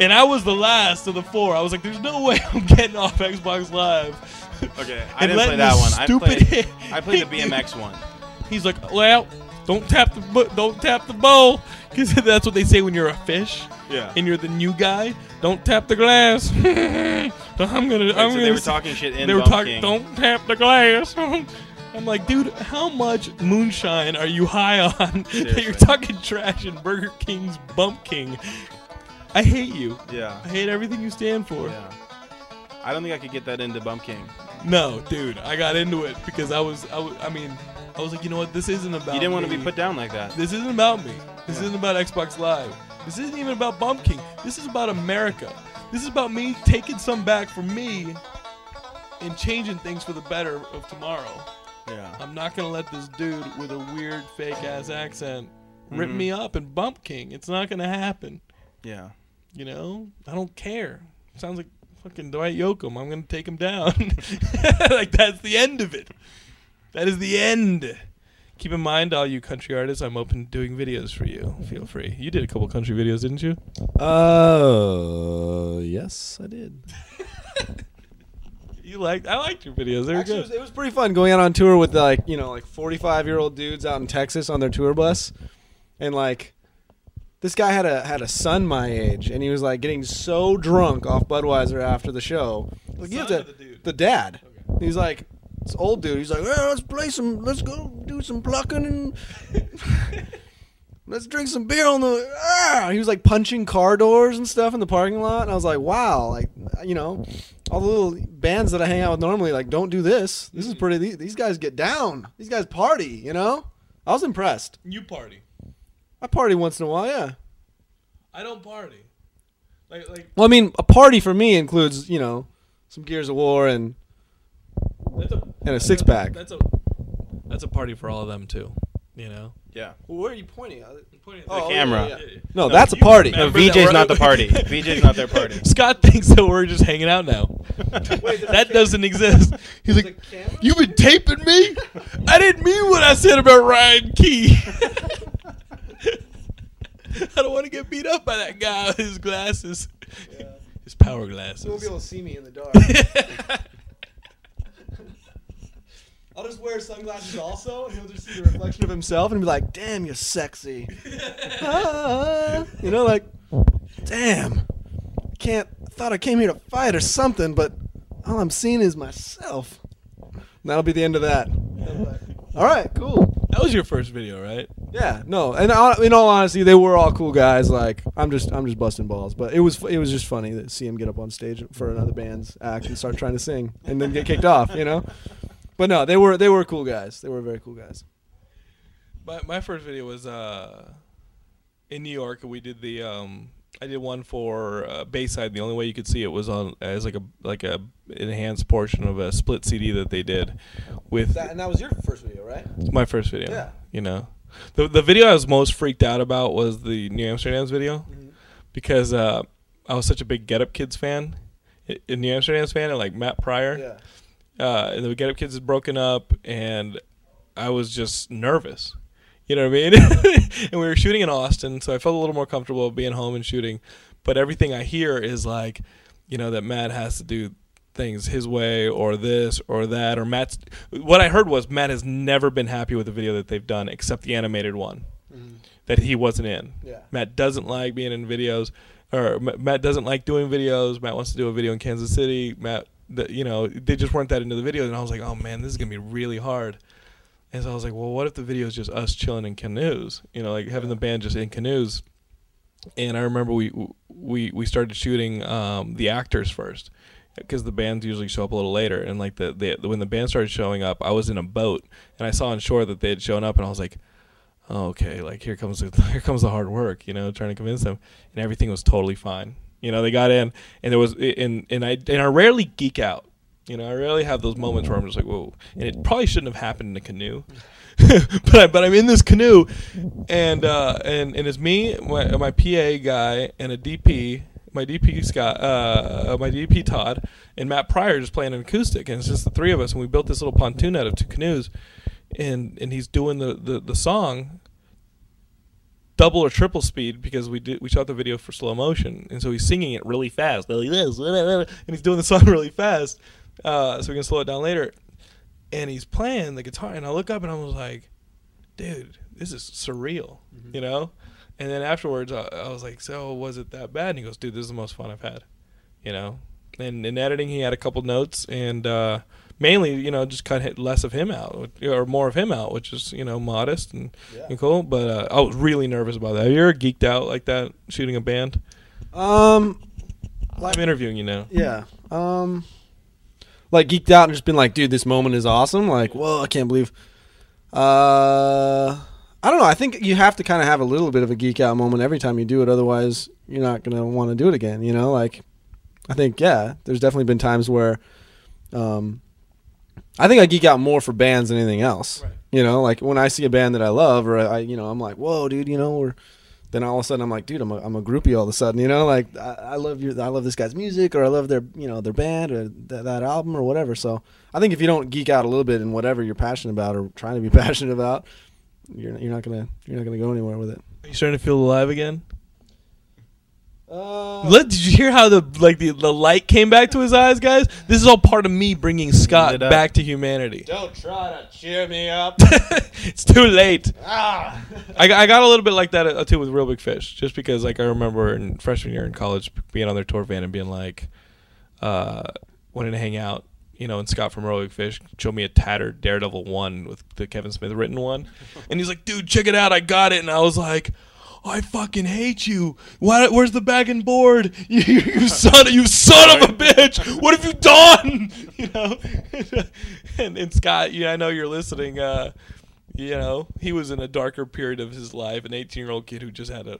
Speaker 1: And I was the last of the four. I was like, "There's no way I'm getting off Xbox Live."
Speaker 3: Okay, I
Speaker 1: And
Speaker 3: didn't play
Speaker 1: letting
Speaker 3: that
Speaker 1: this
Speaker 3: one. I
Speaker 1: stupid
Speaker 3: played, I played the
Speaker 1: hick dude-
Speaker 3: BMX one.
Speaker 1: He's like, well, don't tap the bu- don't tap the bowl, because that's what they say when you're a fish
Speaker 3: Yeah.
Speaker 1: and you're the new guy. Don't tap the glass. I'm gonna. I'm
Speaker 3: so
Speaker 1: gonna
Speaker 3: they were
Speaker 1: s-
Speaker 3: talking shit in
Speaker 1: they were
Speaker 3: Bump
Speaker 1: talking.
Speaker 3: King.
Speaker 1: Don't tap the glass. I'm like, dude, how much moonshine are you high on that you're
Speaker 3: Seriously.
Speaker 1: talking trash in Burger King's Bump King? I hate you.
Speaker 3: Yeah.
Speaker 1: I hate everything you stand for.
Speaker 3: Yeah. I don't think I could get that into Bump King.
Speaker 1: No, dude, I got into it because I was, I, w- I mean, I was like, you know what? This isn't about.
Speaker 3: You didn't want to
Speaker 1: me.
Speaker 3: be put down like that.
Speaker 1: This isn't about me. This isn't about Xbox Live. This isn't even about Bump King. This is about America. This is about me taking some back for me and changing things for the better of tomorrow.
Speaker 3: Yeah.
Speaker 1: I'm not gonna let this dude with a weird fake ass accent rip
Speaker 3: Mhm.
Speaker 1: me up and Bump King. It's not gonna happen.
Speaker 3: Yeah.
Speaker 1: You know, I don't care. Sounds like fucking Dwight Yoakam. I'm gonna take him down. like that's the end of it. That is the end. Keep in mind, all you country artists, I'm open to doing videos for you. Feel free. You did a couple country videos, didn't you?
Speaker 2: Uh, yes, I did.
Speaker 1: You liked. I liked your videos. They were
Speaker 2: Actually, it was,
Speaker 1: good.
Speaker 2: it was pretty fun going out on tour with like you know like 45 year old dudes out in Texas on their tour bus, and like this guy had a had a son my age, and he was like getting so drunk off Budweiser after the show. Like, you have
Speaker 1: son
Speaker 2: to-
Speaker 1: or the dude?
Speaker 2: the dad. He's like this old dude. He's like, "Yeah, let's play some. Let's go do some plucking and let's drink some beer on the. Ah! He was like punching car doors and stuff in the parking lot, and I was like, wow, like you know, all the little bands that I hang out with normally like don't do this. This
Speaker 1: Mm.
Speaker 2: is pretty. These, these guys get down. These guys party. You know, I was impressed.
Speaker 1: you party.
Speaker 2: I party once in a while. Yeah.
Speaker 1: I don't party. Like like
Speaker 2: Well, I mean, a party for me includes you know some Gears of War and
Speaker 1: that's a
Speaker 2: and a six pack.
Speaker 1: That's a that's a party for all of them too. You know.
Speaker 3: Yeah.
Speaker 2: Where are Oh, you pointing? at?
Speaker 3: The
Speaker 1: Oh,
Speaker 3: camera.
Speaker 1: No,
Speaker 2: No, that's a
Speaker 1: you
Speaker 2: party.
Speaker 1: remember
Speaker 3: No,
Speaker 1: that
Speaker 3: VJ's
Speaker 1: we're-
Speaker 3: not the party. VJ's not their party.
Speaker 1: Scott thinks that we're just hanging out now. that doesn't exist. He's like,
Speaker 2: camera
Speaker 1: you've been taping me? I didn't mean what I said about Ryan Key. I don't want to get beat up by that guy with his glasses, his power glasses.
Speaker 2: You won't be able to see me in the dark. I'll just wear sunglasses also, and he'll just see the reflection of himself and be like, "Damn, you're sexy." Ah. you know, like, "Damn, I can't." I thought I came here to fight or something, but all I'm seeing is myself. And that'll be the end of that. I'm like, all right, cool.
Speaker 1: that was your first video, right?
Speaker 2: Yeah, no, and hon- in all honesty, they were all cool guys. Like, I'm just, I'm just busting balls, but it was, fu- it was just funny to see him get up on stage for another band's act and start trying to sing, and then get kicked off, you know. But no, they were, they were cool guys. They were very cool guys.
Speaker 1: My my first video was uh in New York. We did the um I did one for uh, Bayside. The only way you could see it was on as like a like a enhanced portion of a split CD that they did with
Speaker 2: and that was your first video, right?
Speaker 1: my first video.
Speaker 2: Yeah.
Speaker 1: You know, the the video I was most freaked out about was the New Amsterdam's video
Speaker 2: Mm-hmm.
Speaker 1: because uh I was such a big Get Up Kids fan, i- in New Amsterdam's fan, and like Matt Pryor uh, and the Get Up Kids is broken up, and I was just nervous. You know what I mean? and we were shooting in Austin, so I felt a little more comfortable being home and shooting. But everything I hear is like, you know, that Matt has to do things his way or this or that or Matt's. What I heard was Matt has never been happy with the video that they've done except the animated one
Speaker 2: Mm-hmm.
Speaker 1: that he wasn't in.
Speaker 2: Yeah.
Speaker 1: Matt doesn't like being in videos, or M- Matt doesn't like doing videos. Matt wants to do a video in Kansas City. Matt, the, you know, they just weren't that into the video, and I was like, oh man, this is gonna be really hard. And so I was like, well, what if the video is just us chilling in canoes? You know, like having the band just in canoes. And I remember we we we started shooting um, the actors first because the bands usually show up a little later. And like the, the when the band started showing up, I was in a boat and I saw on shore that they had shown up, and I was like, oh, okay, like here comes the, here comes the hard work, you know, trying to convince them, and everything was totally fine. You know, they got in, and there was, and and I and I rarely geek out. You know, I rarely have those moments where I'm just like, whoa, and it probably shouldn't have happened in a canoe, but I, but I'm in this canoe, and uh, and and it's me, my, my PA guy, and a DP. My DP Scott, uh, my DP Todd, and Matt Pryor just playing an acoustic, and it's just the three of us, and we built this little pontoon out of two canoes, and and he's doing the, the, the song double or triple speed because we did we shot the video for slow motion and so he's singing it really fast like this, and he's doing the song really fast uh, so we can slow it down later and he's playing the guitar and I look up and I was like dude this is surreal you know and then afterwards I, I was like so was it that bad and he goes dude this is the most fun I've had you know and in editing he had a couple notes and uh, mainly you know just cut hit- less of him out or more of him out which is you know modest and, and cool but uh, i was really nervous about that have you ever geeked out like that shooting a band
Speaker 2: Um, like,
Speaker 1: I'm interviewing you now.
Speaker 2: yeah, um, like geeked out and just been like, dude, this moment is awesome. Like, whoa, I can't believe. Uh, I don't know. I think you have to kind of have a little bit of a geek out moment every time you do it. Otherwise, you're not gonna want to do it again. You know, like, I think yeah, there's definitely been times where, um, I think I geek out more for bands than anything else.
Speaker 3: Right.
Speaker 2: You know, like when I see a band that I love, or I, you know, I'm like, whoa, dude, you know, or then all of a sudden I'm like, dude, I'm a, I'm a groupie all of a sudden, you know, like I, I love your, I love this guy's music or I love their, you know, their band or th- that album or whatever. So I think if you don't geek out a little bit in whatever you're passionate about or trying to be passionate about, you're, you're not going to, you're not going to go anywhere with it.
Speaker 1: Are you starting to feel alive again?
Speaker 2: Uh,
Speaker 1: Let, did you hear how the like the, the light came back to his eyes, guys? This is all part of me bringing Scott
Speaker 3: Lit up.
Speaker 1: back to humanity.
Speaker 2: don't try to cheer me up.
Speaker 1: it's too late.
Speaker 2: ah.
Speaker 1: I, got- I got a little bit like that uh, too with Real Big Fish, just because like I remember in freshman year in college being on their tour van and being like, uh, wanting to hang out, you know. And Scott from Real Big Fish showed me a tattered Daredevil one with the Kevin Smith written one, and he's like, "Dude, check it out, I got it." And I was like. I fucking hate you. Why? Where's the bag and board? You, you, you son, of- you son of a bitch. What have you done? You know. and, and Scott, yeah, I know you're listening. Uh, you know, he was in a darker period of his life, an 18 year old kid who just had a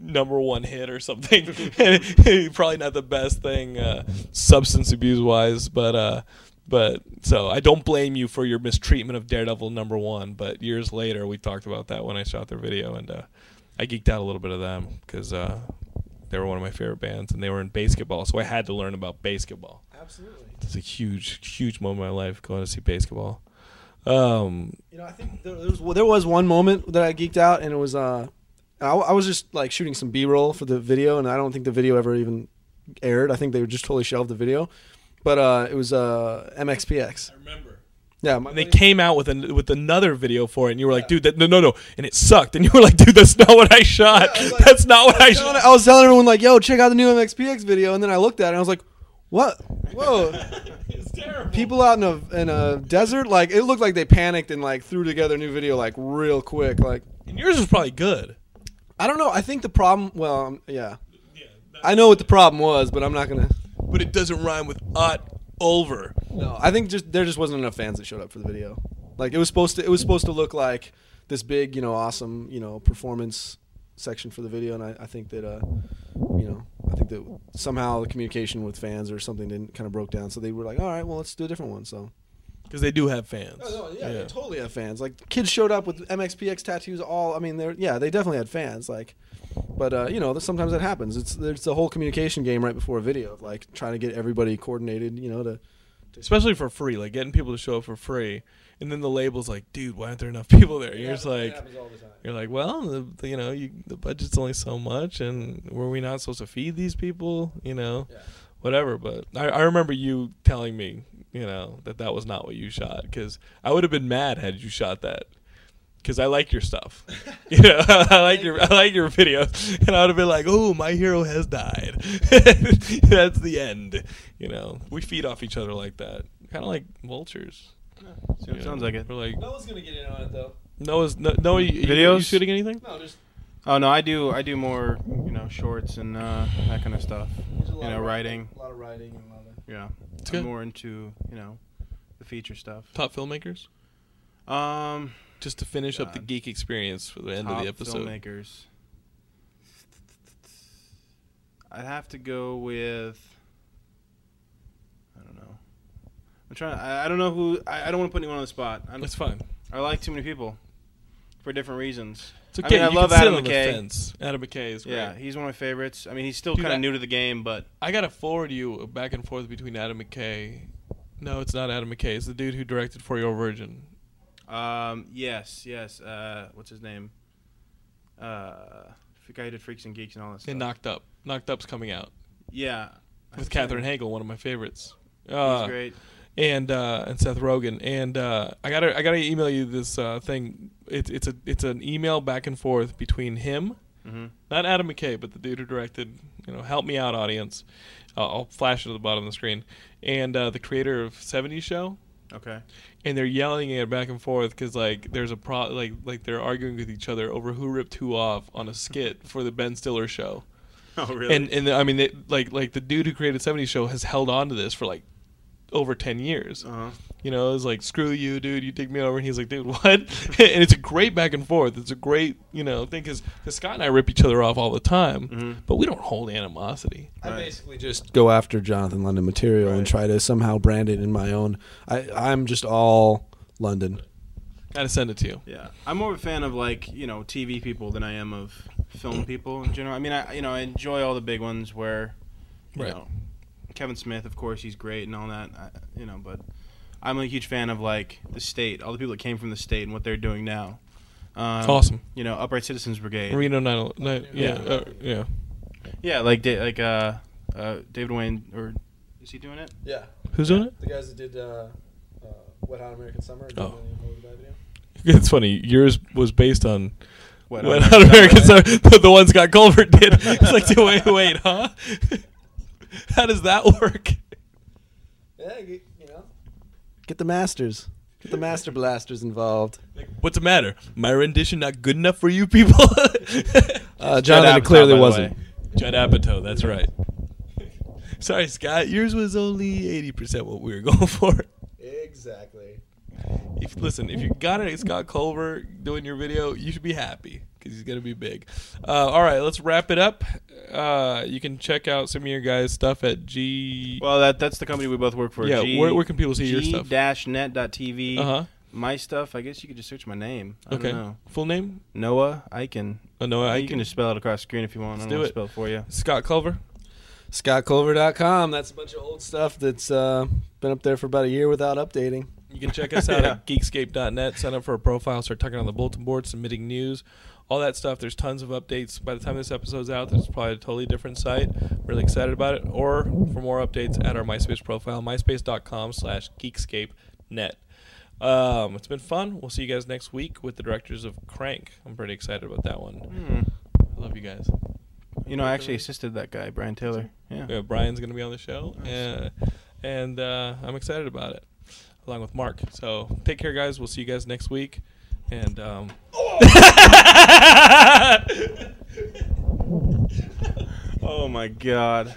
Speaker 1: number one hit or something. Probably not the best thing, uh, substance abuse wise, but, uh, but so I don't blame you for your mistreatment of Daredevil number one. But years later, we talked about that when I shot their video, and uh, I geeked out a little bit of them because uh, they were one of my favorite bands, and they were in basketball, so I had to learn about basketball.
Speaker 2: Absolutely.
Speaker 1: It's a huge, huge moment in my life going to see basketball. Um,
Speaker 2: You know, I think there, there was there was one moment that I geeked out, and it was uh, I, I was just like shooting some B roll for the video, and I don't think the video ever even aired. I think they just totally shelved the video, but uh, it was uh, MXPX.
Speaker 1: I remember.
Speaker 2: Yeah, my
Speaker 1: And they
Speaker 2: buddy-
Speaker 1: came out with an, with another video for it, and you were like, "Dude, that, no, no, no," and it sucked. And you were like, "Dude, that's not what I shot.
Speaker 2: Yeah, I was like-
Speaker 1: that's not what I,
Speaker 2: I
Speaker 1: shot."
Speaker 2: was- I was telling everyone like, "Yo, check out the new MXPX video," and then I looked at it and I was like, "What? Whoa!"
Speaker 1: it's terrible.
Speaker 2: People out in a in a desert, like it looked like they panicked and like threw together a new video like real quick. Like
Speaker 1: and yours was probably good.
Speaker 2: I don't know. I think the problem. Well, um, yeah, I know what the problem was, but I'm not gonna.
Speaker 1: but it doesn't rhyme with "ot" over.
Speaker 2: No, I think just there just wasn't enough fans that showed up for the video. Like it was supposed to it was supposed to look like this big, you know, awesome, you know, performance section for the video and I, I think that uh you know, I think that somehow the communication with fans or something didn't kind of broke down. So they were like, "All right, well, let's do a different one." So
Speaker 1: because they do have fans.
Speaker 2: Oh, yeah, they totally have fans. Like kids showed up with MXPX tattoos. All I mean, they're yeah, they definitely had fans. Like, but uh, you know, there's- sometimes that happens. It's there's the whole communication game right before a video, of, like trying to get everybody coordinated. You know, to
Speaker 1: especially for free, like getting people to show up for free, and then the label's like, "Dude, why aren't there enough people there?" You're just like, "You're like, well, the, the- you know, you, the budget's only so much, and were we not supposed to feed these people? You know,
Speaker 2: Yeah.
Speaker 1: whatever." But I, I remember you telling me, you know, that that was not what you shot, because I would have been mad had you shot that. Cause I like your stuff, you know. I like your I like your videos, and I would have been like, "Oh, my hero has died. That's the end." You know, we feed off each other like that, kind of like vultures. you know?
Speaker 3: sounds like it.
Speaker 1: We're like
Speaker 2: No one's gonna get in on it though.
Speaker 1: Noah's no, Noah. You, you- You,
Speaker 3: Videos?
Speaker 1: shooting anything?
Speaker 2: No, just
Speaker 3: Oh no, I do. I do more, you know, shorts and uh, that kind of stuff.
Speaker 2: there's a lot
Speaker 3: You know,
Speaker 2: of
Speaker 3: writing.
Speaker 2: A lot of writing and a lot of.
Speaker 3: Yeah,
Speaker 1: It's
Speaker 3: I'm
Speaker 1: good.
Speaker 3: more into you know, the feature stuff.
Speaker 1: Top filmmakers.
Speaker 3: Um,
Speaker 1: Just to finish up the
Speaker 3: God.
Speaker 1: geek experience for the end of
Speaker 3: top
Speaker 1: the episode.
Speaker 3: filmmakers. I'd have to go with. I don't know. I'm trying. I, I don't know who. I, I don't want to put anyone on the spot. I'm,
Speaker 1: That's fine.
Speaker 3: I like too many people, for different reasons.
Speaker 1: It's
Speaker 3: I
Speaker 1: okay.
Speaker 3: mean, I
Speaker 1: you
Speaker 3: love
Speaker 1: can sit
Speaker 3: Adam
Speaker 1: on the
Speaker 3: McKay.
Speaker 1: fence. Adam McKay is great.
Speaker 3: Yeah, he's one of my favorites. I mean, he's still
Speaker 1: Dude,
Speaker 3: kind
Speaker 1: I-
Speaker 3: of new to the game, but
Speaker 1: I gotta forward you back and forth between Adam McKay. No, it's not Adam McKay. It's the dude who directed For Your Virgin.
Speaker 3: Um. Yes. Yes. Uh. What's his name? Uh. The guy who did Freaks and Geeks and all that stuff.
Speaker 1: And Knocked Up. Knocked Up's coming out
Speaker 3: yeah.
Speaker 1: with Katherine Hagel, one of my favorites.
Speaker 3: He's
Speaker 1: Uh,
Speaker 3: great.
Speaker 1: and uh, and Seth Rogen. And uh, I gotta I gotta email you this uh, thing. It's it's a it's an email back and forth between him,
Speaker 3: Mm-hmm.
Speaker 1: not Adam McKay, but the dude who directed. You know, help me out, audience. Uh, I'll flash it at the bottom of the screen. And uh, the creator of '70s Show,
Speaker 3: Okay.
Speaker 1: and they're yelling at it back and forth because like there's a pro like like they're arguing with each other over who ripped who off on a skit for the Ben Stiller show.
Speaker 3: Oh, really?
Speaker 1: And and I mean, they, like like the dude who created '70s Show has held on to this for like over ten years.
Speaker 3: Uh-huh.
Speaker 1: You know, it's like screw you, dude. You take me over, and he's like, dude, what? and it's a great back and forth. It's a great you know thing because Scott and I rip each other off all the time, but we don't hold animosity.
Speaker 2: I
Speaker 3: Right.
Speaker 2: basically just go after Jonathan London material and
Speaker 3: Right.
Speaker 2: try to somehow brand it in my own. I I'm just all London.
Speaker 1: Gotta send it to you.
Speaker 3: Yeah, I'm more of a fan of like you know TV people than I am of film people in general. I mean, I you know I enjoy all the big ones where, you
Speaker 1: Right.
Speaker 3: know, Kevin Smith, of course, he's great and all that. I, you know, but I'm a huge fan of like the state, all the people that came from the state and what they're doing now. Um,
Speaker 1: awesome.
Speaker 3: You know, Upright Citizens Brigade.
Speaker 1: Reno 9, yeah,
Speaker 3: Yeah.
Speaker 1: uh, yeah.
Speaker 3: yeah, like da- like uh, uh, David Wayne or is he doing it?
Speaker 2: Yeah,
Speaker 1: Who's doing it?
Speaker 2: the guys that did uh, uh, Wet Hot American Summer.
Speaker 1: Oh. It's funny. Yours was based on
Speaker 3: What?
Speaker 1: Wet Hot American Summer. The, the one Scott Colbert did. It's like, wait, wait, huh? How does that work?
Speaker 2: Yeah, you know. Get the masters. Get the master blasters involved.
Speaker 1: Like, what's the matter? My rendition not good enough for you people?
Speaker 2: Uh,
Speaker 3: Judd Apatow, by
Speaker 2: Jonathan clearly
Speaker 3: the
Speaker 2: wasn't.
Speaker 3: way.
Speaker 1: Judd Apatow, that's right. Sorry, Scott. Yours was only eighty percent what we were going for.
Speaker 2: Exactly.
Speaker 1: If listen, if you got a Scott Culver doing your video, you should be happy because he's gonna be big. Uh, all right, let's wrap it up. Uh, you can check out some of your guys' stuff at G.
Speaker 3: Well, that that's the company we both work for.
Speaker 1: Yeah,
Speaker 3: G-
Speaker 1: where- where can people see your stuff?
Speaker 3: G-net.tv.
Speaker 1: Uh huh.
Speaker 3: My stuff. I guess you could just search my name. I
Speaker 1: Okay.
Speaker 3: Don't know.
Speaker 1: Full name?
Speaker 3: Noah Eichen.
Speaker 1: Oh, no, I
Speaker 3: Uh, You can just spell it across the screen if you want.
Speaker 1: Let's
Speaker 3: I
Speaker 1: do
Speaker 3: don't want
Speaker 1: it.
Speaker 3: to spell it for you.
Speaker 1: Culver.
Speaker 2: ScottCulver.com. That's a bunch of old stuff that's uh, been up there for about a year without updating.
Speaker 1: You can check us out
Speaker 3: Yeah.
Speaker 1: at geekscape.net. Sign up for a profile, start talking on the bulletin board, submitting news, all that stuff. There's tons of updates. By the time this episode's out, there's probably a totally different site. Really excited about it. Or for more updates, at our MySpace profile, myspace.com slash geekscape.net. Um, it's been fun. We'll see you guys next week with the directors of Crank. I'm pretty excited about that one.
Speaker 3: Hmm.
Speaker 1: I love you guys.
Speaker 3: You know, I actually assisted that guy, Brian Taylor. Yeah.
Speaker 1: Yeah, Uh, Brian's going to be on the show,
Speaker 3: Nice.
Speaker 1: uh, and uh, I'm excited about it, along with Mark. So take care, guys. We'll see you guys next week, and um,
Speaker 3: Oh my God.